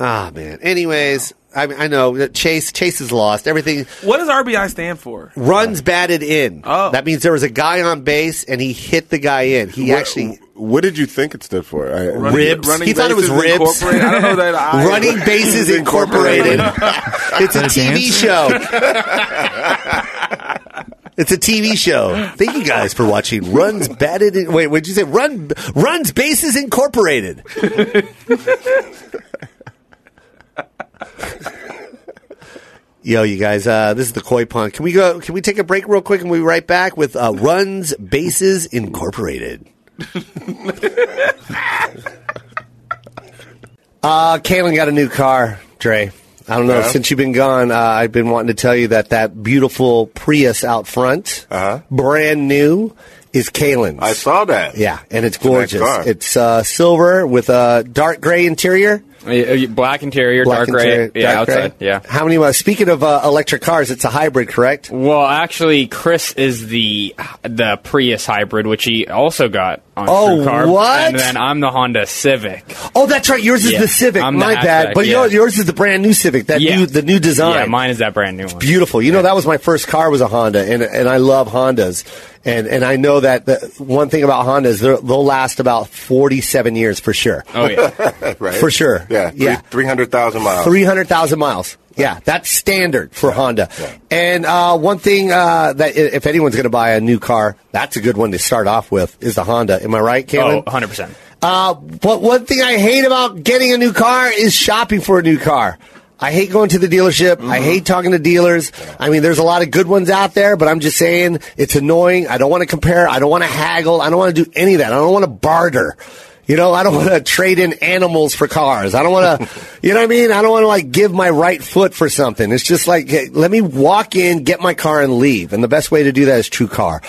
Speaker 2: Ah man. Anyways, I I know that Chase Chase is lost. Everything
Speaker 5: What does RBI stand for?
Speaker 2: runs batted in.
Speaker 5: Oh.
Speaker 2: That means there was a guy on base and he hit the guy in. He actually
Speaker 4: What did you think it stood for? I,
Speaker 2: Ribs. He thought it was
Speaker 5: bases
Speaker 2: ribs.
Speaker 5: incorporated? I don't know that. I,
Speaker 2: Running Bases Incorporated. it's a TV
Speaker 7: dance?
Speaker 2: show. It's a TV show. Thank you guys for watching. Runs batted. In, wait, what did you say? Run runs bases incorporated. Yo, you guys. Uh, this is the koi pond. Can we go? Can we take a break real quick and we'll be right back with uh, runs bases incorporated. Uh, Kaylin got a new car, Dre. I don't know. Since you've been gone, uh, I've been wanting to tell you that that beautiful Prius out front,
Speaker 4: Uh-huh.
Speaker 2: brand new, is Kaylin's.
Speaker 4: I saw that.
Speaker 2: Yeah, and it's
Speaker 4: nice
Speaker 2: gorgeous.
Speaker 4: car.
Speaker 2: It's uh, silver with a dark gray interior.
Speaker 8: Uh, Black interior, dark gray.
Speaker 2: interior,
Speaker 8: yeah,
Speaker 2: dark
Speaker 8: outside.
Speaker 2: gray.
Speaker 8: Yeah.
Speaker 2: How many? Uh, speaking of uh, electric cars, it's a hybrid, correct?
Speaker 8: Well, actually, Chris is the the Prius hybrid, which he also got on
Speaker 2: Oh,
Speaker 8: True Carb.
Speaker 2: what?
Speaker 8: And then I'm the Honda Civic.
Speaker 2: Oh, that's right. Yours is
Speaker 8: Yeah,
Speaker 2: the Civic.
Speaker 8: I'm the
Speaker 2: My bad.
Speaker 8: hatchback,
Speaker 2: But
Speaker 8: yeah.
Speaker 2: your- yours is the brand new Civic. That
Speaker 8: Yeah.
Speaker 2: new, the new design.
Speaker 8: Yeah, mine is that brand new one.
Speaker 2: beautiful. You know, that was my first car was a Honda, and and I love Hondas, and and I know that the one thing about Hondas they're- they'll last about forty seven years for sure,
Speaker 8: Oh yeah.
Speaker 4: Right?
Speaker 2: for sure.
Speaker 4: Yeah. Three,
Speaker 2: yeah.
Speaker 4: 300,000
Speaker 8: Oh.
Speaker 4: miles.
Speaker 2: Three hundred thousand miles. Yeah, that's standard for Honda. And uh, one thing uh, that i- if anyone's going to buy a new car, that's a good one to start off with is the Honda. Am I right,
Speaker 8: oh,
Speaker 2: Cameron?
Speaker 8: 100 percent.
Speaker 2: Uh, but one thing I hate about getting a new car is shopping for a new car. I hate going to the dealership. I hate talking to dealers. I mean, there's a lot of good ones out there, but I'm just saying it's annoying. I don't want to compare. I don't want to haggle. I don't want to do any of that. I don't want to barter. You know, I don't want to trade in animals for cars. I don't want to, you know what I mean? I don't want to like give my right foot for something. It's just like, hey, let me walk in, get my car and leave. And the best way to do that is True Car.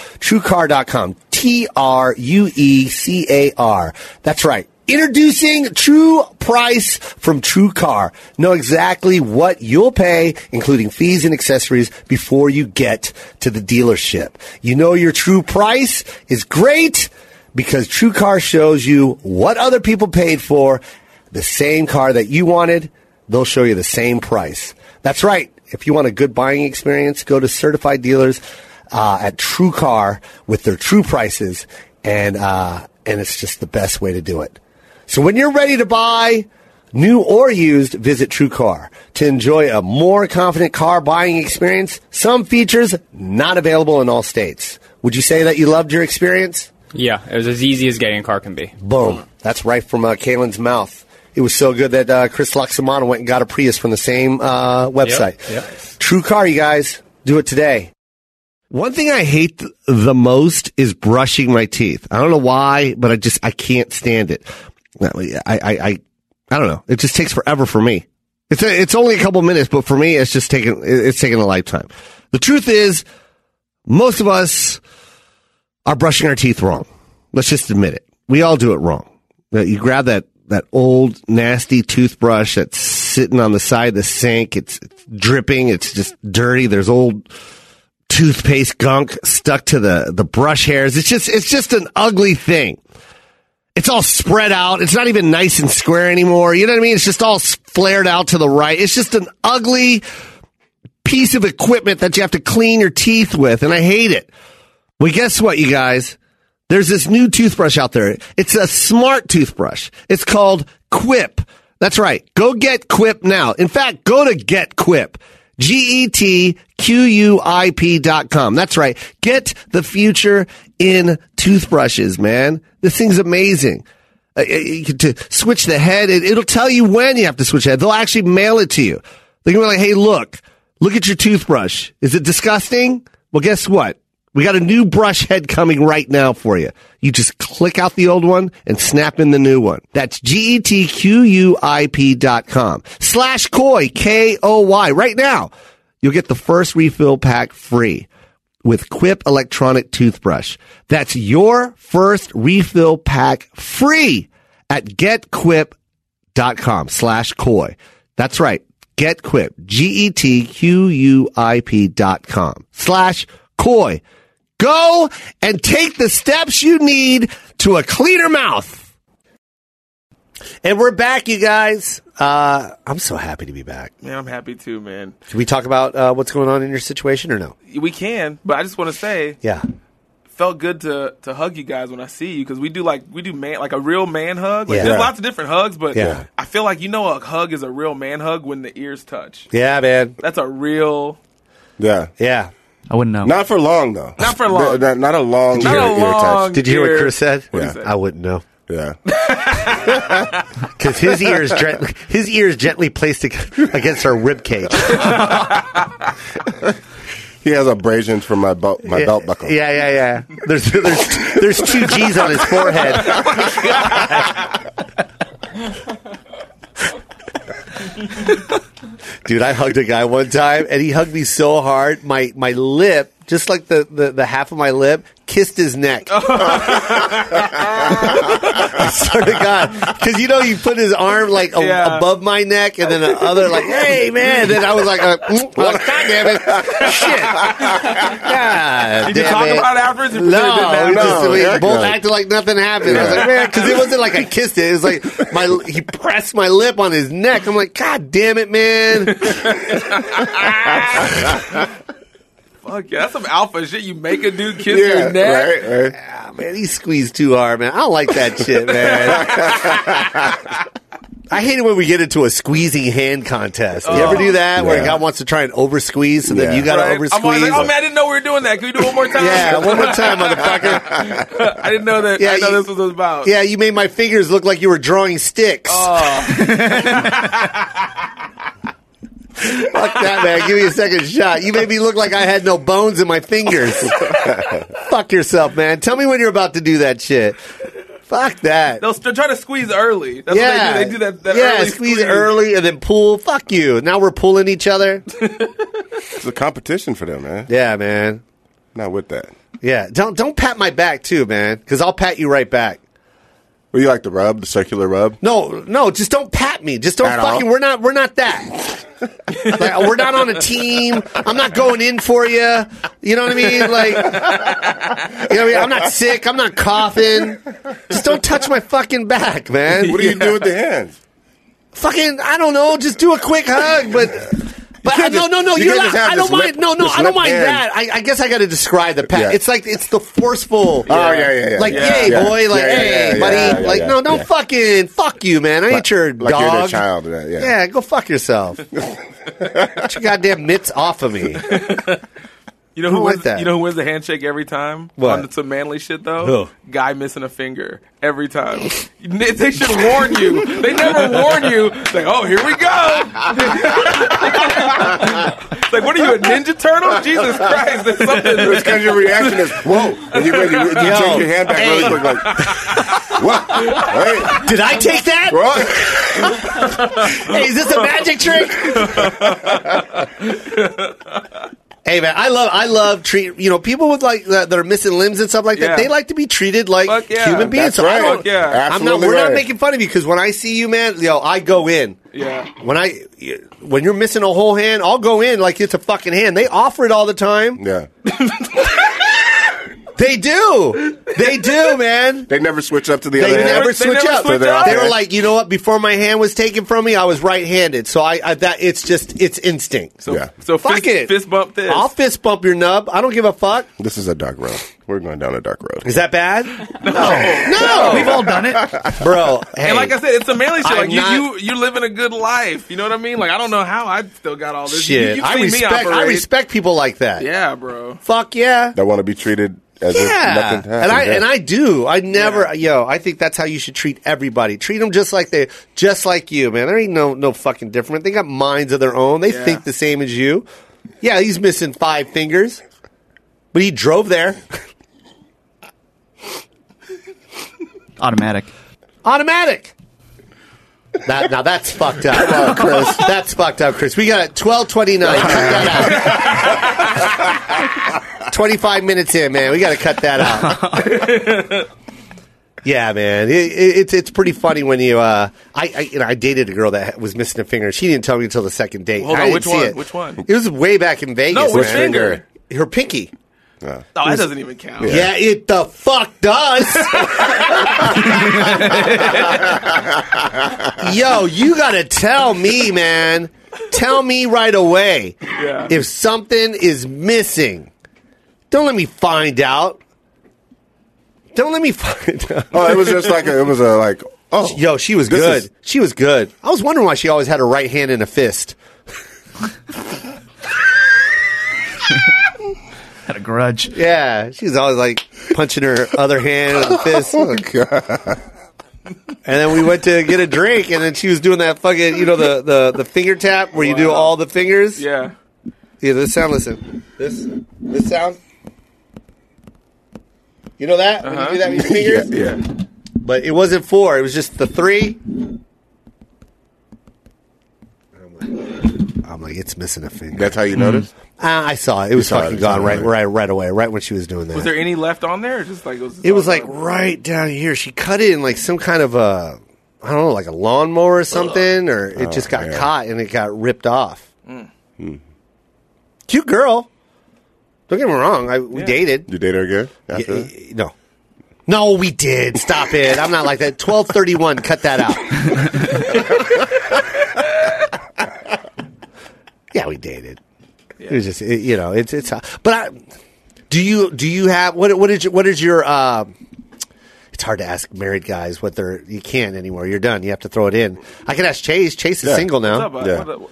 Speaker 2: TrueCar.com. T R U E C A R. That's right. Introducing True Price from True Car. Know exactly what you'll pay, including fees and accessories, before you get to the dealership. You know your true price is great because True Car shows you what other people paid for the same car that you wanted. They'll show you the same price. That's right. If you want a good buying experience, go to certified dealers uh, at True Car with their true prices, and uh, and it's just the best way to do it. So when you're ready to buy new or used, visit True Car to enjoy a more confident car buying experience. Some features not available in all states. Would you say that you loved your experience?
Speaker 8: Yeah, it was as easy as getting a car can be.
Speaker 2: Boom. That's right from uh, Kalen's mouth. It was so good that uh, Chris Loxamana went and got a Prius from the same uh, website.
Speaker 8: yep.
Speaker 2: True car, you guys. Do it today. One thing I hate th- the most is brushing my teeth. I don't know why, but I just I can't stand it. I I I, I don't know. It just takes forever for me. It's a, it's only a couple minutes, but for me, it's just taken it- it's taken a lifetime. The truth is, most of us are brushing our teeth wrong. Let's just admit it. We all do it wrong. Uh, You grab that, that old nasty toothbrush that's sitting on the side of the sink. It's it's dripping. It's just dirty. There's old toothpaste gunk stuck to the, the brush hairs. It's just, it's just an ugly thing. It's all spread out. It's not even nice and square anymore. You know what I mean? It's just all s- flared out to the right. It's just an ugly piece of equipment that you have to clean your teeth with. And I hate it. Well, guess what, you guys? There's this new toothbrush out there. It's a smart toothbrush. It's called Quip. That's right. Go get Quip now. In fact, go to get Quip. G E T Q U I P dot com. That's right. Get the future in toothbrushes, man. This thing's amazing. Uh, uh, you can- to switch the head, it, it'll tell you when you have to switch head. They'll actually mail it to you. They can be like, hey, look, look at your toothbrush. Is it disgusting? Well, guess what? We got a new brush head coming right now for you. You just click out the old one and snap in the new one. That's E G-E-T-Q-U-I-P dot com slash koi, K-O-Y. Right now, you'll get the first refill pack free with Quip electronic toothbrush. That's your first refill pack free at getquip.com slash koi. That's right. Getquip, E G-E-T-Q-U-I-P dot com slash koi. Go and take the steps you need to a cleaner mouth. And we're back, you guys. Uh, I'm so happy to be back.
Speaker 5: Man, I'm happy too, man.
Speaker 2: Can we talk about uh, what's going on in your situation or no?
Speaker 5: We can, but I just want to say,
Speaker 2: Yeah.
Speaker 5: felt good to to hug you guys when I see you because we do like we do man like a real man hug. Like,
Speaker 2: Yeah.
Speaker 5: There's lots of different hugs, but
Speaker 2: Yeah.
Speaker 5: I feel like you know a hug is a real man hug when the ears touch.
Speaker 2: Yeah, man.
Speaker 5: That's a real
Speaker 4: Yeah.
Speaker 2: Yeah.
Speaker 7: I wouldn't know.
Speaker 4: Not for long though.
Speaker 5: Not for long.
Speaker 4: Not, not- not a long.
Speaker 5: Not
Speaker 4: ear,
Speaker 5: a
Speaker 4: ear
Speaker 5: long-
Speaker 4: touch.
Speaker 2: Did you hear what Chris said?
Speaker 5: What'd
Speaker 4: he say?
Speaker 2: I wouldn't know
Speaker 4: Yeah.
Speaker 2: because his ears gently, his ears gently placed ag- against her rib cage.
Speaker 4: He has abrasions from my belt. My belt buckle.
Speaker 2: Yeah, yeah, yeah. There's there's there's two G's on his forehead. Dude, I hugged a guy one time and he hugged me so hard, my my lip, just like the, the, the half of my lip, kissed his neck. I swear to God. Because, you know, you put his arm like a,
Speaker 5: Yeah.
Speaker 2: above my neck and then the other, like, hey, man. Then I was like, uh, mm, well, God damn it. Shit. God
Speaker 5: Did you talk about it afterwards? You
Speaker 2: No,
Speaker 5: pretend it didn't happen?
Speaker 2: we just,
Speaker 4: No,
Speaker 2: we
Speaker 4: heck
Speaker 2: both
Speaker 4: no.
Speaker 2: acted like nothing happened. I was like, man, because it wasn't like I kissed it. It was like my he pressed my lip on his neck. I'm like, God damn it, man.
Speaker 5: Fuck yeah, that's some alpha shit. You make a dude kiss
Speaker 4: Yeah,
Speaker 5: your
Speaker 4: Right,
Speaker 5: neck.
Speaker 4: right.
Speaker 2: Ah, man, he squeezed too hard, man. I don't like that shit, man. I hate it when we get into a squeezing hand contest. You ever do that where a
Speaker 4: Yeah.
Speaker 2: guy wants to try and over squeeze, so then
Speaker 4: Yeah.
Speaker 2: you got to
Speaker 5: Oh. Right?
Speaker 2: over
Speaker 5: I'm always
Speaker 2: squeeze?
Speaker 5: like, oh man, I didn't know we were doing that. Can we do it one more time?
Speaker 2: yeah, one more time, motherfucker.
Speaker 5: I didn't know that.
Speaker 2: Yeah,
Speaker 5: I didn't know
Speaker 2: you-
Speaker 5: this was about.
Speaker 2: Yeah, you made my fingers look like you were drawing sticks. Fuck that, man. Give me a second shot. You made me look like I had no bones in my fingers. Fuck yourself, man. Tell me when you're about to do that shit. Fuck that.
Speaker 5: They'll st- try to squeeze early. That's
Speaker 2: yeah.
Speaker 5: what they do. They do that, that
Speaker 2: yeah,
Speaker 5: early
Speaker 2: squeeze early and then pull. Fuck you. Now we're pulling each other.
Speaker 4: It's a competition for them, man.
Speaker 2: yeah, man.
Speaker 4: Not with that.
Speaker 2: Yeah. Don't don't pat my back too, man, cuz I'll pat you right back.
Speaker 4: Well, you like the rub, the circular rub.
Speaker 2: No, no, just don't pat me. Just don't
Speaker 4: At all?
Speaker 2: fucking. We're not. We're not that. like, we're not on a team. I'm not going in for you. You know what I mean? Like, you know what I mean? I'm not sick. I'm not coughing. Just don't touch my fucking back, man.
Speaker 4: What do you do with the hands?
Speaker 2: Fucking. I don't know. Just do a quick hug, but. But I,
Speaker 4: can't
Speaker 2: no,
Speaker 4: just-
Speaker 2: no, no,
Speaker 4: you
Speaker 2: you're not.
Speaker 4: can't just have
Speaker 2: I don't
Speaker 4: this
Speaker 2: mind.
Speaker 4: lip-
Speaker 2: no, no,
Speaker 4: this
Speaker 2: I don't
Speaker 4: lip
Speaker 2: mind
Speaker 4: hand.
Speaker 2: that. I, I guess I got to describe the pat.
Speaker 4: Yeah.
Speaker 2: It's like it's the forceful.
Speaker 4: Oh yeah, yeah, yeah.
Speaker 2: Like,
Speaker 4: yeah,
Speaker 2: hey,
Speaker 4: yeah.
Speaker 2: boy, like,
Speaker 4: Yeah, yeah,
Speaker 2: hey,
Speaker 4: yeah, yeah,
Speaker 2: buddy,
Speaker 4: yeah, yeah,
Speaker 2: like,
Speaker 4: yeah.
Speaker 2: no, don't fucking fuck you, man. I ain't your
Speaker 4: like
Speaker 2: dog.
Speaker 4: you're the child. Yeah, yeah.
Speaker 2: Yeah, go fuck yourself. Get your goddamn mitts off of me.
Speaker 5: You know who
Speaker 2: I don't
Speaker 5: wins?
Speaker 2: like that.
Speaker 5: You know who wins the handshake every time?
Speaker 2: What?
Speaker 5: On some manly shit though. Guy missing a finger every time. they they should warn you. They never warn you. It's like, oh, here we go. it's like, what are you, a Ninja Turtle? Jesus Christ! There's something.
Speaker 4: It's kind of your reaction is whoa. And you, you, you, you change your hand back really quick, like what? Hey,
Speaker 2: Did I take that?
Speaker 4: what?
Speaker 2: Hey, is this a magic trick? hey man, I love I love treat you know people with like that, that are missing limbs and stuff like that.
Speaker 5: Yeah.
Speaker 2: They like to be treated like
Speaker 5: Fuck yeah.
Speaker 2: human beings. So
Speaker 4: That's
Speaker 2: I
Speaker 4: right.
Speaker 2: don't-
Speaker 5: Fuck yeah.
Speaker 2: I'm
Speaker 4: Absolutely
Speaker 2: not. We're not
Speaker 4: right.
Speaker 2: making fun of you because when I see you, man, yo, I go in.
Speaker 5: Yeah.
Speaker 2: When I when you're missing a whole hand, I'll go in like it's a fucking hand. They offer it all the time.
Speaker 4: Yeah,
Speaker 2: They do. They do, man.
Speaker 4: they never switch up to the
Speaker 2: They
Speaker 4: other hand.
Speaker 2: never
Speaker 5: They
Speaker 2: switch
Speaker 5: never
Speaker 2: up.
Speaker 5: switch
Speaker 2: they
Speaker 5: up.
Speaker 2: were like, you know what? Before my hand was taken from me, I was right-handed, so I, I that it's just it's instinct.
Speaker 5: So,
Speaker 4: Yeah.
Speaker 5: so
Speaker 2: Fuck
Speaker 5: fist,
Speaker 2: it.
Speaker 5: fist bump this.
Speaker 2: I'll fist bump your nub. I don't give a fuck.
Speaker 4: This is a dark road. We're going down a dark road.
Speaker 2: Is that bad?
Speaker 7: Oh,
Speaker 2: No,
Speaker 7: we've all done it.
Speaker 2: no, bro. Hey,
Speaker 5: And like I said, it's a manly shit.
Speaker 2: I'm
Speaker 5: Like you,
Speaker 2: not-
Speaker 5: you, you living a good life. You know what I mean? Like I don't know how I still got all this. You,
Speaker 2: shit.
Speaker 5: you've
Speaker 2: I
Speaker 5: seen
Speaker 2: respect.
Speaker 5: me
Speaker 2: I
Speaker 5: operate.
Speaker 2: respect Oh, people like that.
Speaker 5: Yeah, bro.
Speaker 2: Fuck yeah.
Speaker 4: That want to be treated as if
Speaker 2: Yeah,
Speaker 4: nothing happened.
Speaker 2: and I
Speaker 4: Yeah.
Speaker 2: and I do. I never, yo. I think that's how you should treat everybody. Treat them just like they, just like you, man. There ain't no no fucking different. They got minds of their own. They
Speaker 5: Yeah.
Speaker 2: think the same as you. Yeah, he's missing five fingers, but he drove there
Speaker 7: Automatic.
Speaker 2: automatic. That, now that's fucked up, Oh, Chris. That's fucked up, Chris. We got it. Twelve twenty nine. Cut that out. Twenty five minutes in, man. We got to cut that out. yeah, man. It, it, it's it's pretty funny when you. Uh, I, I you know I dated a girl that was missing a finger. She didn't tell me until the second date.
Speaker 5: Hold
Speaker 2: I
Speaker 5: on,
Speaker 2: didn't
Speaker 5: which
Speaker 2: see
Speaker 5: one?
Speaker 2: It.
Speaker 5: Which one?
Speaker 2: It was way back in Vegas.
Speaker 5: No, which
Speaker 2: man.
Speaker 5: finger?
Speaker 2: Her pinky.
Speaker 5: Oh, that doesn't even count.
Speaker 2: Yeah, it the fuck does. Yo, you gotta tell me, man. Tell me right away
Speaker 5: Yeah.
Speaker 2: if something is missing. Don't let me find out. Don't let me find out.
Speaker 4: oh, it was just like a, it was a like oh
Speaker 2: Yo, she was
Speaker 4: This
Speaker 2: good.
Speaker 4: is-
Speaker 2: she was good. I was wondering why she always had a right hand and a fist.
Speaker 7: Had a grudge.
Speaker 2: Yeah, she was always like punching her other hand with the fist. And then we went to get a drink, and then she was doing that fucking, you know, the the, the finger tap where you do all the fingers.
Speaker 5: Yeah.
Speaker 2: Yeah, this sound. Listen, this this sound. You know that when you do that with your
Speaker 4: yeah,
Speaker 2: fingers,
Speaker 4: yeah.
Speaker 2: but it wasn't four. It was just the three. I'm like, I'm like, it's missing a finger.
Speaker 4: That's how you notice.
Speaker 2: Ah, I saw it. It was
Speaker 4: saw it,
Speaker 2: fucking
Speaker 4: you saw
Speaker 2: gone
Speaker 4: it,
Speaker 2: right,
Speaker 4: right.
Speaker 2: right, right away. Right when she was doing that.
Speaker 5: Was there any left on there? Or just like it was.
Speaker 2: It was like right down here. She cut it in like some kind of a, I don't know, like a lawnmower or something, or it just got
Speaker 4: man.
Speaker 2: caught and it got ripped off. Hmm. Cute girl. Don't get me wrong. I, we dated.
Speaker 4: You date her again?
Speaker 2: Y-
Speaker 4: After that?
Speaker 2: y- No. No, we did. Stop it. I'm not like that. 1231, cut that out. yeah, we dated. It was just, it, you know, it's, it's, but I, do you, do you have, what, what is, your- what is your, uh, it's hard to ask married guys what they're, you can't anymore. You're done. You have to throw it in. I can ask Chase. Chase is
Speaker 4: Yeah.
Speaker 2: single now.
Speaker 5: What's up, bud?
Speaker 4: Yeah.
Speaker 5: What- what-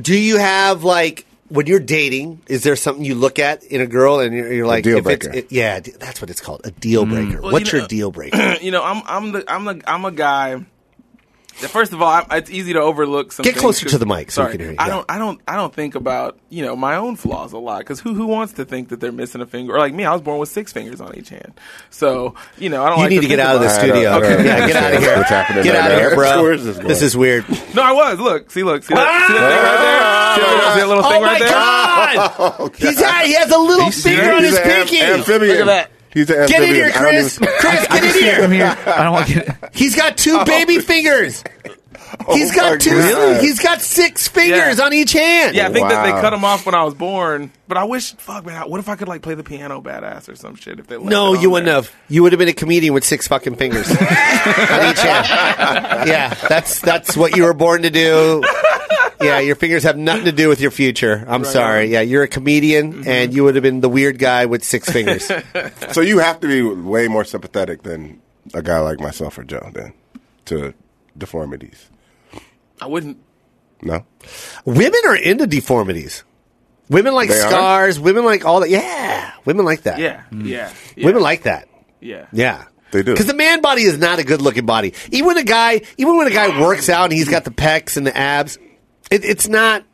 Speaker 2: Do you have like when you're dating? Is there something you look at in a girl and you're, you're like,
Speaker 4: deal
Speaker 2: if it's,
Speaker 4: breaker. Mm.
Speaker 2: it- yeah, d- that's what it's called, a deal breaker.
Speaker 5: Well,
Speaker 2: What's
Speaker 5: you know-
Speaker 2: your deal
Speaker 4: Oh,
Speaker 2: breaker?
Speaker 5: you know, I'm I'm the I'm the I'm a guy. that First of all, I, it's easy to overlook. Some
Speaker 2: Get
Speaker 5: things
Speaker 2: closer
Speaker 5: 'cause-
Speaker 2: to the mic so we
Speaker 5: sorry,
Speaker 2: can hear you.
Speaker 5: I
Speaker 2: Yeah.
Speaker 5: don't, I don't, I don't think about you know my own flaws a lot because who who wants to think that they're missing a finger? Or like me, I was born with six fingers on each hand. So you know, I don't.
Speaker 2: you
Speaker 5: like
Speaker 2: need
Speaker 5: to
Speaker 2: to get
Speaker 5: think
Speaker 2: out of the
Speaker 5: about-
Speaker 4: I don't-
Speaker 2: studio.
Speaker 4: I don't
Speaker 2: yeah, get out of
Speaker 4: understand
Speaker 2: here.
Speaker 4: what's happening
Speaker 2: Get
Speaker 4: right
Speaker 2: out of
Speaker 4: now.
Speaker 2: here, bro.
Speaker 4: Where is this going?
Speaker 2: This is weird.
Speaker 5: No, I was. Look, see, look, see, look, see that thing right there. See that- See that little
Speaker 2: Ah! Oh
Speaker 5: thing
Speaker 2: my
Speaker 5: right there.
Speaker 4: Oh,
Speaker 2: god! He's had, he has a little finger on his
Speaker 4: He's an am-
Speaker 2: pinky.
Speaker 4: Amphibian.
Speaker 5: Look at that.
Speaker 4: He's an
Speaker 2: Get
Speaker 4: amphibian.
Speaker 2: in here,
Speaker 4: I don't
Speaker 2: Chris.
Speaker 4: even-
Speaker 2: Chris, get in here.
Speaker 7: Come here. I don't want to get
Speaker 2: He's got two baby fingers. He's
Speaker 4: Oh my
Speaker 2: got two.
Speaker 4: God.
Speaker 2: He's got six fingers
Speaker 5: Yeah.
Speaker 2: on each hand.
Speaker 5: Yeah, I think that they
Speaker 4: Wow.
Speaker 5: cut them off when I was born. But I wish, fuck man, what if I could like play the piano badass or some shit? If they left
Speaker 2: No,
Speaker 4: Oh
Speaker 5: it on
Speaker 2: you wouldn't
Speaker 5: there?
Speaker 2: have. You would have been a comedian with six fucking fingers on each hand. Yeah, that's that's what you were born to do. Yeah, your fingers have nothing to do with your future. I'm sorry. Yeah, you're a comedian,
Speaker 4: Mm-hmm.
Speaker 2: and you would have been the weird guy with six fingers.
Speaker 4: So you have to be way more sympathetic than a guy like myself or Joe then to deformities.
Speaker 5: I wouldn't.
Speaker 4: No,
Speaker 2: Women are into deformities. Women like
Speaker 4: They are?
Speaker 2: scars. Women like all that. Yeah, women like that.
Speaker 5: Yeah, yeah, yeah.
Speaker 2: women like that.
Speaker 5: yeah.
Speaker 2: Yeah.
Speaker 4: They do.
Speaker 2: Because the man body is not a good looking body. Even when a guy, even when a guy works out and he's got the pecs and the abs, it, it's not.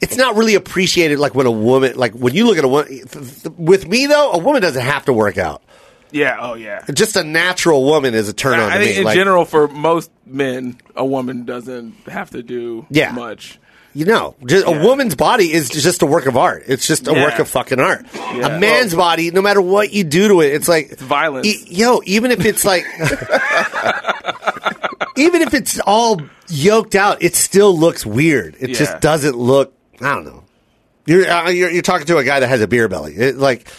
Speaker 2: It's not really appreciated like when a woman, like when you look at a woman. th- th- With me though, a woman doesn't have to work out.
Speaker 5: Yeah, oh yeah.
Speaker 2: Just a natural woman is a turn on.
Speaker 5: I
Speaker 2: to
Speaker 5: think
Speaker 2: me.
Speaker 5: in
Speaker 2: Like,
Speaker 5: general, for most men, a woman doesn't have to do
Speaker 2: Yeah.
Speaker 5: much.
Speaker 2: you know, just, a woman's body is just a work of art. It's just a
Speaker 5: Yeah.
Speaker 2: work of fucking art.
Speaker 5: Yeah.
Speaker 2: A man's body, no matter what you do to it, it's like it's
Speaker 5: violence.
Speaker 2: yo, even if it's like, even if it's all yoked out, it still looks weird. It
Speaker 5: Yeah.
Speaker 2: just doesn't look. I don't know. You're, uh, you're you're talking to a guy that has a beer belly. It, like,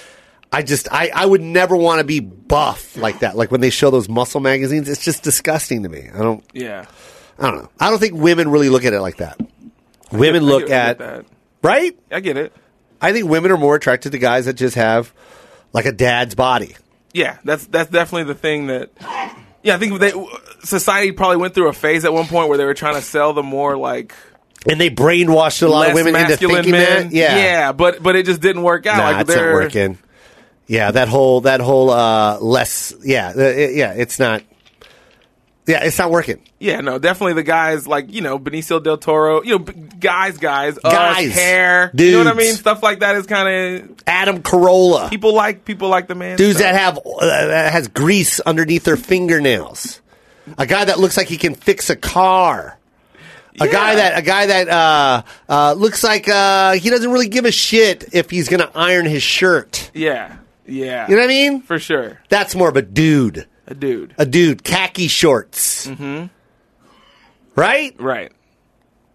Speaker 2: I just I I would never want to be buff like that. Like when they show those muscle magazines, it's just disgusting to me. I don't.
Speaker 5: Yeah,
Speaker 2: I don't know. I don't think women really look at it like that. Women
Speaker 5: I
Speaker 2: look
Speaker 5: get- I
Speaker 2: at
Speaker 5: get that.
Speaker 2: right.
Speaker 5: I get it.
Speaker 2: I think women are more attracted to guys that just have like a dad's body.
Speaker 5: Yeah, that's that's definitely the thing that. Yeah, I think they society probably went through a phase at one point where they were trying to sell the more like
Speaker 2: And they brainwashed a lot
Speaker 5: less
Speaker 2: of women into
Speaker 5: masculine
Speaker 2: thinking
Speaker 5: men.
Speaker 2: that. Yeah.
Speaker 5: yeah, but but it just didn't work out.
Speaker 2: Nah,
Speaker 5: like
Speaker 2: it's not
Speaker 5: they're-
Speaker 2: working. Yeah, that whole that whole uh less yeah, uh, it- yeah, it's not Yeah, it's not working.
Speaker 5: Yeah, no, definitely the guys like you know Benicio del Toro, you know b- guys, guys, us,
Speaker 2: Guys.
Speaker 5: hair, you know what I
Speaker 2: Dudes.
Speaker 5: mean, stuff like that is kind of
Speaker 2: Adam Carolla.
Speaker 5: people like people like the man.
Speaker 2: Dudes
Speaker 5: stuff.
Speaker 2: that have uh, that has grease underneath their fingernails. A guy that looks like he can fix a car. A guy
Speaker 5: Yeah.
Speaker 2: that a guy that uh, uh, looks like uh, he doesn't really give a shit if he's gonna iron his shirt.
Speaker 5: yeah, yeah,
Speaker 2: You know what I mean?
Speaker 5: for sure,
Speaker 2: That's more of a dude.
Speaker 5: a dude,
Speaker 2: A dude, khaki shorts.
Speaker 5: Mm-hmm.
Speaker 2: Right?
Speaker 5: right?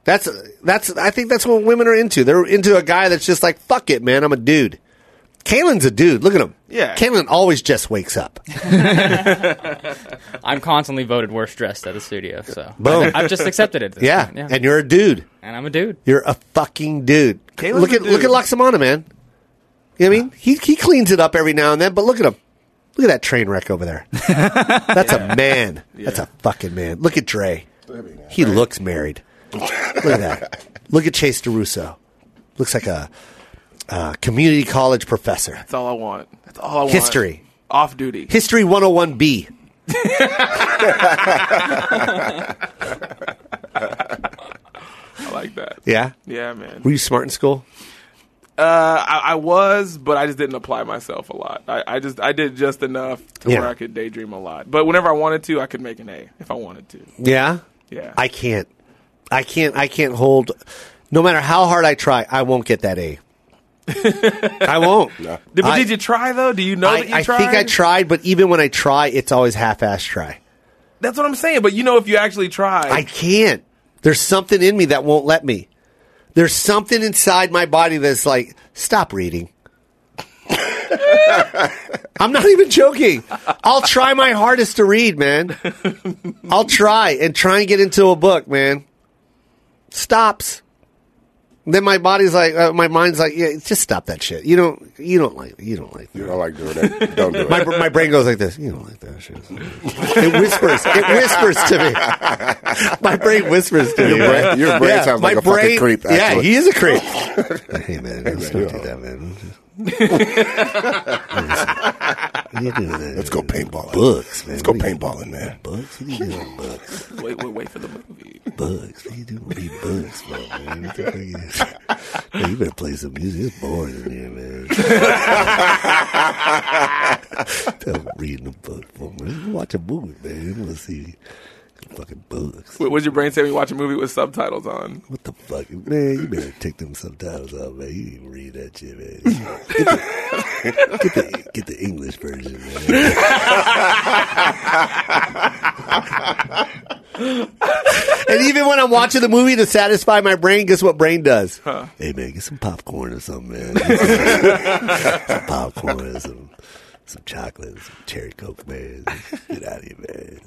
Speaker 2: That's that's. I think that's what women are into. They're into a guy that's just like, fuck it, man. I'm a dude. Kalen's a dude. Look at him.
Speaker 5: Yeah.
Speaker 2: Kalen always just wakes up.
Speaker 10: I'm constantly voted worst dressed at the studio, so
Speaker 2: Boom.
Speaker 10: I've just accepted it. at this
Speaker 2: Yeah.
Speaker 10: point, yeah.
Speaker 2: And you're a dude.
Speaker 10: and I'm a dude.
Speaker 2: You're a fucking dude.
Speaker 5: Kalen's
Speaker 2: look
Speaker 5: a
Speaker 2: at look at
Speaker 5: dude.
Speaker 2: Loxamana, man. You know what I mean? He he cleans it up every now and then, but look at him. Look at that train wreck over there. That's a man. That's a fucking man. Look at Dre. He looks married. Look at that. Look at Chase DeRusso. Looks like a, uh community college professor.
Speaker 5: That's all I want. That's all I want.
Speaker 2: History.
Speaker 5: off duty.
Speaker 2: History 101B.
Speaker 5: I like that.
Speaker 2: Yeah?
Speaker 5: Yeah, man.
Speaker 2: Were you smart in school?
Speaker 5: Uh, I, I was, but I just didn't apply myself a lot. I, I just I did just enough to
Speaker 2: Yeah.
Speaker 5: where I could daydream a lot. But whenever I wanted to, I could make an A if I wanted to.
Speaker 2: Yeah?
Speaker 5: Yeah.
Speaker 2: I can't. I can't. I can't hold. No matter how hard I try, I won't get that A. I won't.
Speaker 5: Did, but
Speaker 2: I-
Speaker 5: did you try though? Do you know that you
Speaker 2: I, I
Speaker 5: tried?
Speaker 2: think I tried, but even when I try, it's always half-ass try.
Speaker 5: That's what I'm saying. But you know, if you actually tried,
Speaker 2: I can't. There's something in me that won't let me. There's something inside my body that's like, stop reading. I'm not even joking. I'll try my hardest to read, man. I'll try and try and get into a book, man. Stops. Then my body's like, uh, my mind's like, yeah, just stop that shit. You don't, you don't like, you don't like.
Speaker 4: You don't like doing that. Don't do it.
Speaker 2: My, my brain goes like this. You don't like that shit. It whispers. It whispers to me. My brain whispers to me.
Speaker 4: Your brain-
Speaker 2: man.
Speaker 4: your brain sounds like a fucking creep,
Speaker 2: Yeah,
Speaker 4: actually.
Speaker 2: he is a creep. hey man, let's don't do that, man. Listen, you do that.
Speaker 4: Let's go paintballing.
Speaker 2: Books, man.
Speaker 4: Let's go
Speaker 2: What are you-
Speaker 4: paintballing, man.
Speaker 2: Books? What are you doing, books?
Speaker 5: wait, wait, wait for the movie.
Speaker 2: Books? What are you doing? Read books, bro, man. What the fuck you- Man, you better play some music. It's boring in here, man. Stop reading a book for me. Let's Watch a movie, man. Let's see fucking books.
Speaker 5: Wait, what's your brain say when you watch a movie with subtitles on?
Speaker 2: What the fuck, man? You better take them subtitles off, man. You didn't read that shit, man. Get the, get the, get the English version, man. and even when I'm watching the movie to satisfy my brain, guess what brain does? Hey, man, get some popcorn or something, man. Get some- some popcorn or some, some chocolate, some cherry coke, man. Get out of here,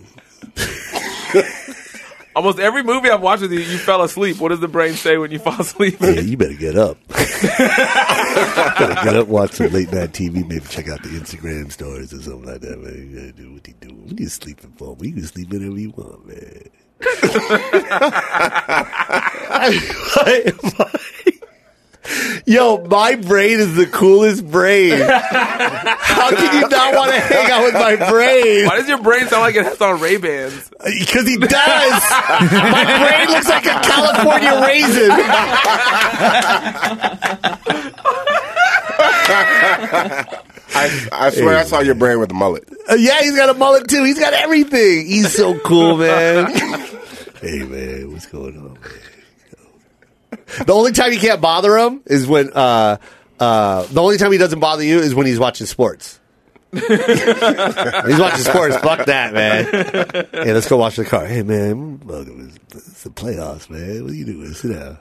Speaker 2: man.
Speaker 5: Almost every movie I've watched with you, you fell asleep. What does the brain say when you fall asleep?
Speaker 2: Yeah, you better get up. better get up, watch some late night TV, maybe check out the Instagram stories or something like that, man. You gotta do what you do. What are you sleeping for? Man? You can sleep whenever you want, man. Yo, my brain is the coolest brain. How can you not want to hang out with my brain?
Speaker 5: Why does your brain sound like it has on Ray Bans?
Speaker 2: Because he does. my brain looks like a California raisin.
Speaker 4: I, I swear I saw your brain with a mullet.
Speaker 2: Uh, yeah, he's got a mullet too. He's got everything. He's so cool, man. hey, man, what's going on? Man? The only time you can't bother him is when uh, uh, the only time he doesn't bother you is when he's watching sports. he's watching sports. Fuck that, man. Hey, let's go watch the car. Hey, man, welcome. It's, it's the playoffs, man. What are you doing? Sit down.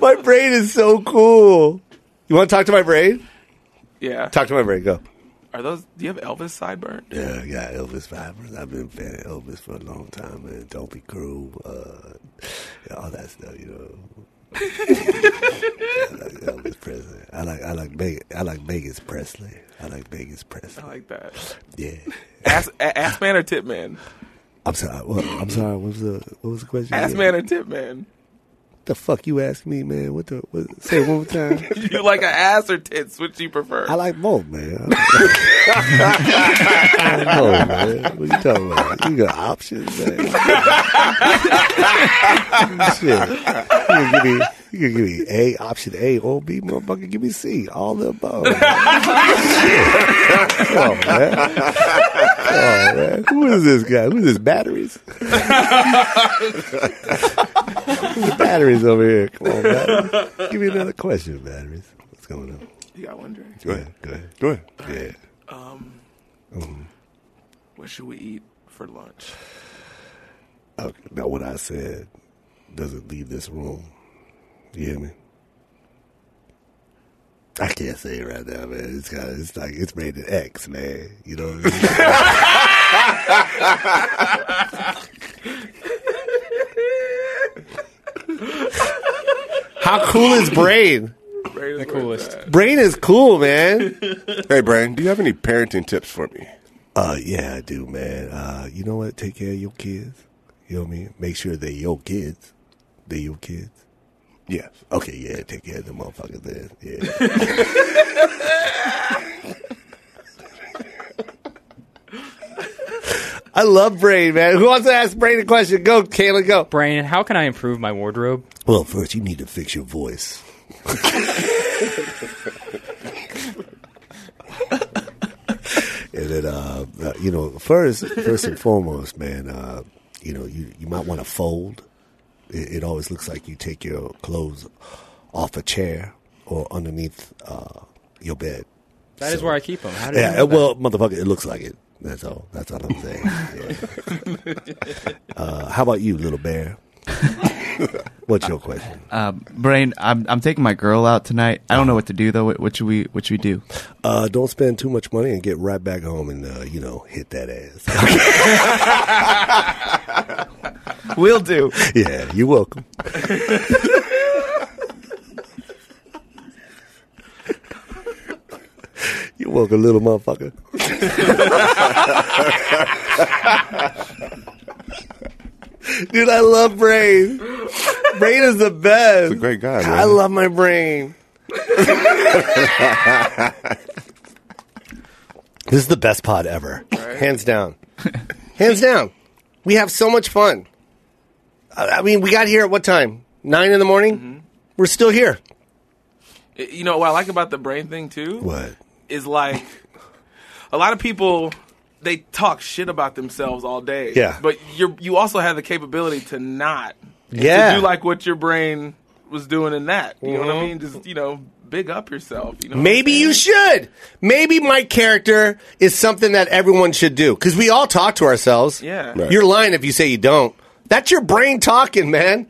Speaker 2: my brain is so cool. You want to talk to my brain?
Speaker 5: Yeah.
Speaker 2: Talk to my brain. Go.
Speaker 5: Are those? Do you have Elvis sideburn?
Speaker 2: Yeah, I got Elvis Vibers. I've been a fan of Elvis for a long time, man. Don't be cruel. Uh, yeah, all that stuff, you know. I like Elvis Presley. I like I like Vegas, I like Vegas Presley. I like Vegas Presley.
Speaker 5: I like that.
Speaker 2: Yeah.
Speaker 5: Ass, a- ass man or tip man?
Speaker 2: I'm sorry. What, I'm sorry. What was the What was the question?
Speaker 5: Ass
Speaker 2: again?
Speaker 5: man or tip man?
Speaker 2: What the fuck you asked me, man? What the? What, say it one more time.
Speaker 5: You like an ass or tits? Which you prefer?
Speaker 2: I like both, man. I like both, man. What you talking about? You got options, man. Shit. You can give me, you can give me A, option A, or B, motherfucker. Give me C. All the above. man. Shit. Come on, man. Come on, man. Who is this guy? Who is this? Batteries? batteries over here. Come on, batteries. Give me another question, batteries. What's going on?
Speaker 5: you got one drink.
Speaker 2: Go ahead. Go ahead.
Speaker 4: Go ahead.
Speaker 2: Yeah.
Speaker 5: What should we eat for lunch?
Speaker 2: Okay. Now, what I said doesn't leave this room. You hear me? I can't say it right now, man. It's kind of, it's like, it's rated X, man. You know what I mean? How cool is Brain?
Speaker 5: The
Speaker 10: coolest.
Speaker 2: Brain is cool, man.
Speaker 4: Hey, Brain, do you have any parenting tips for me?
Speaker 2: Uh, yeah, I do, man. Uh, you know what? Take care of your kids. You know what I mean? Make sure they're your kids. They're your kids.
Speaker 4: Yes.
Speaker 2: Okay, yeah, take care of the motherfuckers then. Yeah. I love Brain, man. Who wants to ask Brain a question? Go, Kayla, go.
Speaker 10: Brain, how can I improve my wardrobe?
Speaker 2: Well, first, you need to fix your voice. and then, uh, uh, you know, first, first and foremost, man, uh, you know, you, you might want to fold. It, it always looks like you take your clothes off a chair or underneath uh, your bed.
Speaker 10: That is where I keep them. How do you
Speaker 2: Yeah,
Speaker 10: know that?
Speaker 2: well, motherfucker, it looks like it. That's all. That's all I'm saying. Yeah. uh, how about you, little bear? What's your question?
Speaker 7: Uh, brain, I'm I'm taking my girl out tonight. I don't know what to do though. What, what should we What should we do?
Speaker 2: Uh, don't spend too much money and get right back home and uh, you know hit that ass.
Speaker 7: We'll do.
Speaker 2: yeah, you're welcome. you're welcome, little motherfucker. Dude, I love Brain. Brain is the best.
Speaker 4: He's a great guy, man.
Speaker 2: I love my brain. this is the best pod ever, hands down, hands down. We have so much fun. I I mean, we got here at what time? Nine in the morning. We're still here.
Speaker 5: You know what I like about the brain thing too?
Speaker 2: What?
Speaker 5: is like a lot of people they talk shit about themselves all day.
Speaker 2: Yeah.
Speaker 5: But you you also have the capability to not and
Speaker 2: Yeah. Mm-hmm.
Speaker 5: to do like what your brain was doing in that. You know what I mean? Just you know, big up yourself. You know.
Speaker 2: Maybe you should. Maybe my character is something that everyone should do because we all talk to ourselves.
Speaker 5: Yeah.
Speaker 4: Right.
Speaker 2: You're lying if you say you don't. That's your brain talking, man.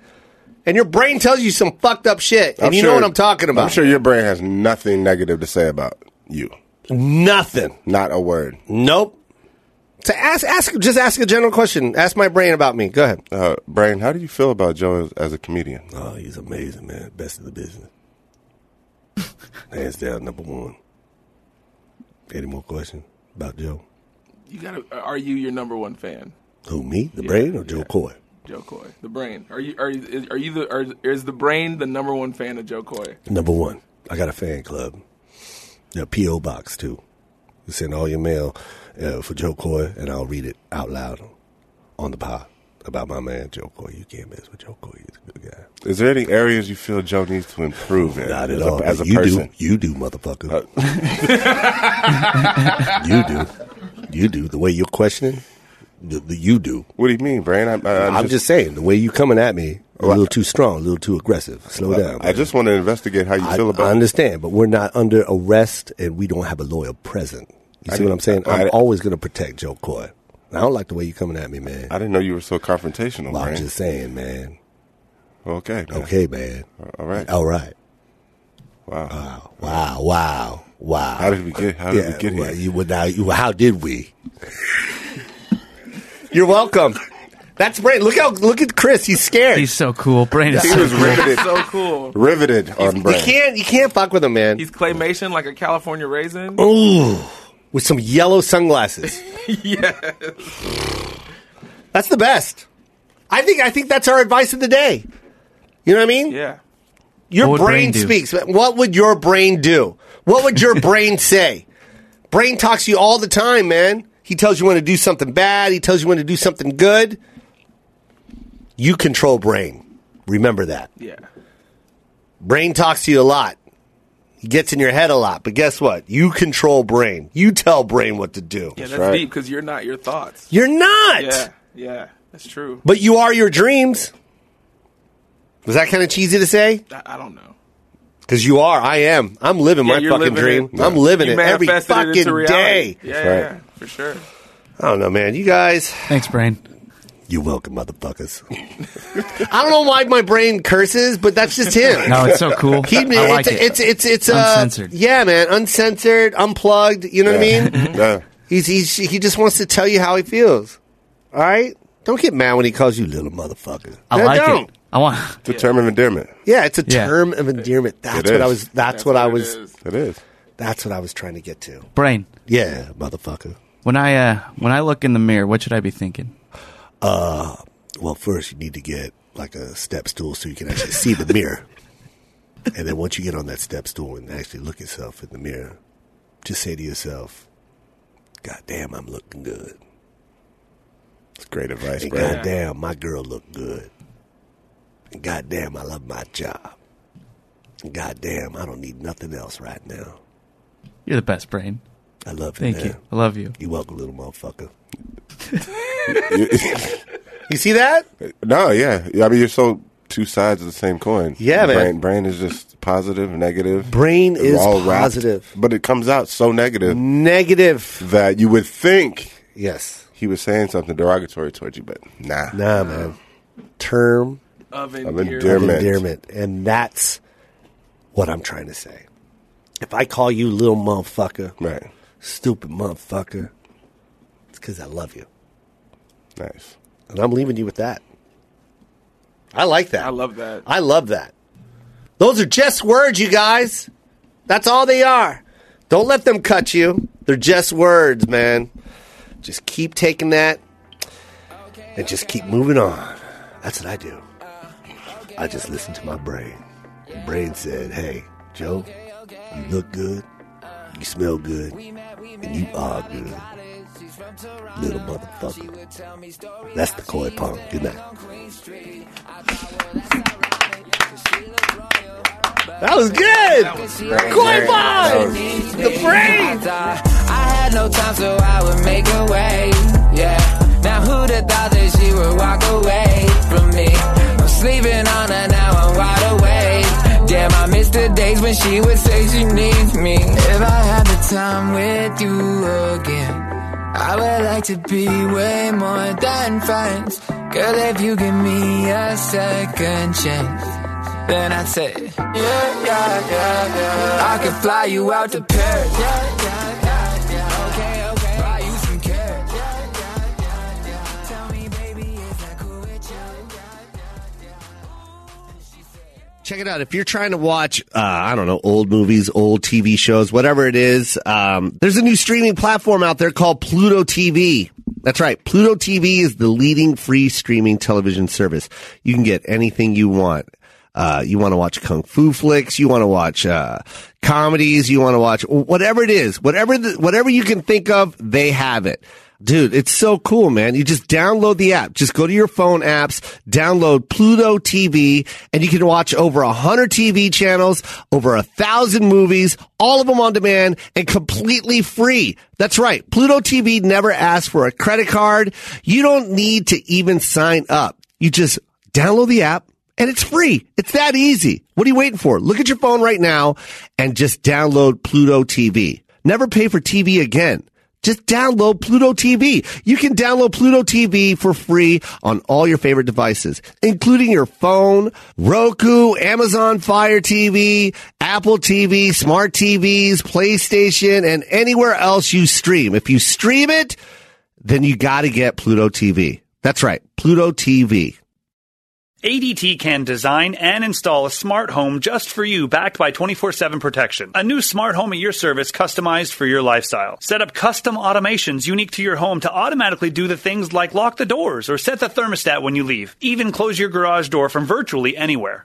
Speaker 2: And your brain tells you some fucked up shit. And
Speaker 4: I'm
Speaker 2: you
Speaker 4: sure-
Speaker 2: know what I'm talking about.
Speaker 4: I'm sure your brain has nothing negative to say about you.
Speaker 2: Nothing.
Speaker 4: Not a word.
Speaker 2: Nope. To ask, ask, just ask a general question. Ask my brain about me. Go ahead.
Speaker 4: Uh, brain, how do you feel about Joe as, as a comedian?
Speaker 2: Oh, he's amazing, man. Best in the business. Hands down, number one. Any more questions about Joe?
Speaker 5: you gotta. Are you your number one fan,
Speaker 2: Who me, the brain, or Joe Coy?
Speaker 5: Joe Coy? The brain. Are you? Are you? Is, are you the? Are, is the brain the number one fan of Joe Coy?
Speaker 2: Number one, I got a fan club, a PO box too. You send all your mail uh, for Joe Coy, and I'll read it out loud on the pod about my man Joe Coy. You can't mess with Joe Coy; he's a good guy.
Speaker 4: Is there any areas you feel Joe needs to improve in?
Speaker 2: Not
Speaker 4: as
Speaker 2: at
Speaker 4: a,
Speaker 2: all.
Speaker 4: As a
Speaker 2: but you
Speaker 4: person.
Speaker 2: do, you do, motherfucker.
Speaker 4: Uh,
Speaker 2: you do, you do. The way you're questioning, the, the, you do.
Speaker 4: What do you mean, Brain? I, I,
Speaker 2: I'm, just, saying the way you coming at me, a little too strong, a little too aggressive. Slow down.
Speaker 4: I,
Speaker 2: man.
Speaker 4: just want to investigate how you
Speaker 2: I,
Speaker 4: feel
Speaker 2: I
Speaker 4: about. it.
Speaker 2: understand, but we're not under arrest and we don't have a lawyer present. You
Speaker 4: I
Speaker 2: see what
Speaker 4: didn't-
Speaker 2: I'm saying?
Speaker 4: I-
Speaker 2: I'm always going to protect Joe Coy. And I don't like the way you're coming at me, man.
Speaker 4: I didn't know you were so confrontational,
Speaker 2: Well, I'm
Speaker 4: Brain.
Speaker 2: just saying, man.
Speaker 4: okay. man.
Speaker 2: Okay, man.
Speaker 4: All right.
Speaker 2: All right.
Speaker 4: Wow.
Speaker 2: Wow, wow, wow.
Speaker 4: How did we get? How did we get
Speaker 2: well,
Speaker 4: here?
Speaker 2: You, well, now, you, how did we?
Speaker 11: You're welcome.
Speaker 2: That's brain. Look how look at Chris. He's scared.
Speaker 7: He's so cool. Brain is
Speaker 4: he
Speaker 7: so
Speaker 4: was riveted.
Speaker 5: So cool.
Speaker 4: riveted on
Speaker 11: You
Speaker 4: Brain.
Speaker 11: can't. You can't fuck with him, man.
Speaker 5: He's claymation like a California raisin.
Speaker 2: Ooh, with some yellow sunglasses.
Speaker 5: yeah.
Speaker 2: That's the best. I think. I think that's our advice of the day. You know what I mean?
Speaker 5: Yeah.
Speaker 2: Your
Speaker 7: What would
Speaker 2: brain,
Speaker 7: brain do?
Speaker 2: speaks. but What would your brain do? What would your brain say? Brain talks to you all the time, man. He tells you when to do something bad. He tells you when to do something good. You control brain. Remember that.
Speaker 5: Yeah.
Speaker 2: Brain talks to you a lot. He gets in your head a lot. But guess what? You control brain. You tell brain what to do.
Speaker 5: Yeah. That's
Speaker 4: right.
Speaker 5: deep because you're not your thoughts.
Speaker 2: You're not.
Speaker 5: Yeah. Yeah. That's true.
Speaker 2: But you are your dreams. Was that kind of cheesy to say?
Speaker 5: I, I don't know.
Speaker 2: Because you are. I am. I'm living
Speaker 5: Yeah,
Speaker 2: my
Speaker 5: you're
Speaker 2: fucking dream.
Speaker 5: living it.
Speaker 2: I'm living
Speaker 5: You
Speaker 2: it every
Speaker 5: manifested it into
Speaker 2: fucking
Speaker 5: reality.
Speaker 2: day.
Speaker 5: Yeah,
Speaker 4: That's
Speaker 5: yeah,
Speaker 4: right.
Speaker 5: yeah, for sure.
Speaker 2: I don't know, man. You guys,
Speaker 7: Thanks, brain.
Speaker 2: you welcome, motherfuckers. I don't know why my brain curses, but that's just him.
Speaker 7: No, it's so cool.
Speaker 2: He,
Speaker 7: I like
Speaker 2: it's,
Speaker 7: it.
Speaker 2: it's it's it's uh,
Speaker 7: Uncensored.
Speaker 2: Yeah, man, uncensored, unplugged. You know what I mean?
Speaker 4: Yeah.
Speaker 2: He's, he's he just wants to tell you how he feels. All right, don't get mad when he calls you little motherfucker.
Speaker 7: I
Speaker 2: No,
Speaker 7: like
Speaker 2: don't.
Speaker 7: it. I want.
Speaker 4: It's a term of endearment.
Speaker 2: Yeah, it's a
Speaker 7: Yeah.
Speaker 2: term of endearment. That's
Speaker 4: It
Speaker 2: what I
Speaker 4: is.
Speaker 2: was. That's, what, I
Speaker 5: it
Speaker 2: was.
Speaker 5: is.
Speaker 4: It is.
Speaker 2: That's what I was trying to get to.
Speaker 7: Brain.
Speaker 2: Yeah, motherfucker.
Speaker 7: When I uh, when I look in the mirror, what should I be thinking?
Speaker 2: Well, first you need to get like a step stool so you can actually see the mirror. And then once you get on that step stool and actually look yourself in the mirror, just say to yourself, "God damn, I'm looking good."
Speaker 4: It's great advice,
Speaker 2: And
Speaker 4: Brain.
Speaker 2: God damn, my girl look good. And God damn, I love my job. And God damn, I don't need nothing else right now.
Speaker 7: You're the best, brain.
Speaker 2: I love
Speaker 7: Thank
Speaker 2: it.
Speaker 7: you. I love you.
Speaker 2: You welcome, little motherfucker.
Speaker 4: You-
Speaker 2: You see that?
Speaker 4: No, yeah. I mean, you're so two sides of the same coin.
Speaker 2: Yeah,
Speaker 4: brain,
Speaker 2: man.
Speaker 4: Brain is just positive, negative.
Speaker 2: Brain
Speaker 4: They're
Speaker 2: is
Speaker 4: wrapped,
Speaker 2: positive. Mm.
Speaker 4: but it comes out so negative
Speaker 2: Negative.
Speaker 4: that you would think
Speaker 2: Yes.
Speaker 4: he was saying something derogatory towards you, but nah.
Speaker 2: Nah, man. Term
Speaker 4: Of
Speaker 5: Of endearment.
Speaker 2: of
Speaker 4: endearment.
Speaker 2: endearment. And that's what I'm trying to say. If I call you little motherfucker,
Speaker 4: Right.
Speaker 2: stupid motherfucker, it's because I love you.
Speaker 4: Nice.
Speaker 2: And I'm leaving you with that. I like that.
Speaker 5: I love that.
Speaker 2: I love that. Those are just words, you guys. That's all they are. Don't let them cut you. They're just words, man. Just keep taking that and just keep moving on. That's what I do. I just listen to my brain. The brain said, hey, Joe, you look good, you smell good, and you are good. Little motherfucker. That's the koi pond. Good night. That was good. Koi pond. The brain.
Speaker 12: I had no time, so I would make a way. Yeah. Now who'd have thought that she would walk away from me? I'm sleeping on her now, I'm wide awake. Damn, I miss the days when she would say she needs me. If I had the time with you again, I would like to be way more than friends. Girl, if you give me a second chance. Then I say, yeah, yeah, yeah, yeah. I could fly you out to Paris. Yeah, yeah, yeah, yeah. Okay, okay. Buy you some carrots. Yeah, yeah, yeah, yeah. Tell me, baby, is that cool with you? Yeah, yeah, yeah. And she said.
Speaker 2: Check it out. If you're trying to watch, uh, I don't know, old movies, old TV shows, whatever it is, um, there's a new streaming platform out there called Pluto TV. That's right. Pluto TV is the leading free streaming television service. You can get anything you want. Uh, you want to watch kung fu flicks. You want to watch uh, comedies. You want to watch whatever it is, whatever the, whatever you can think of, they have it. Dude, it's so cool, man. You just download the app. Just go to your phone apps, download Pluto TV, and you can watch over a hundred TV channels, over a thousand movies, all of them on demand and completely free. That's right. Pluto TV never asks for a credit card. You don't need to even sign up. You just download the app and it's free. It's that easy. What are you waiting for? Look at your phone right now and just download Pluto TV. Never pay for TV again. Just download Pluto TV. You can download Pluto TV for free on all your favorite devices, including your phone, Roku, Amazon Fire TV, Apple TV, smart TVs, PlayStation, and anywhere else you stream. If you stream it, then you gotta get Pluto TV. That's right. Pluto TV.
Speaker 12: ADT can design and install a smart home just for you, backed by 24 7 protection. A new smart home at your service customized for your lifestyle. Set up custom automations unique to your home to automatically do the things like lock the doors or set the thermostat when you leave, even close your garage door from virtually anywhere.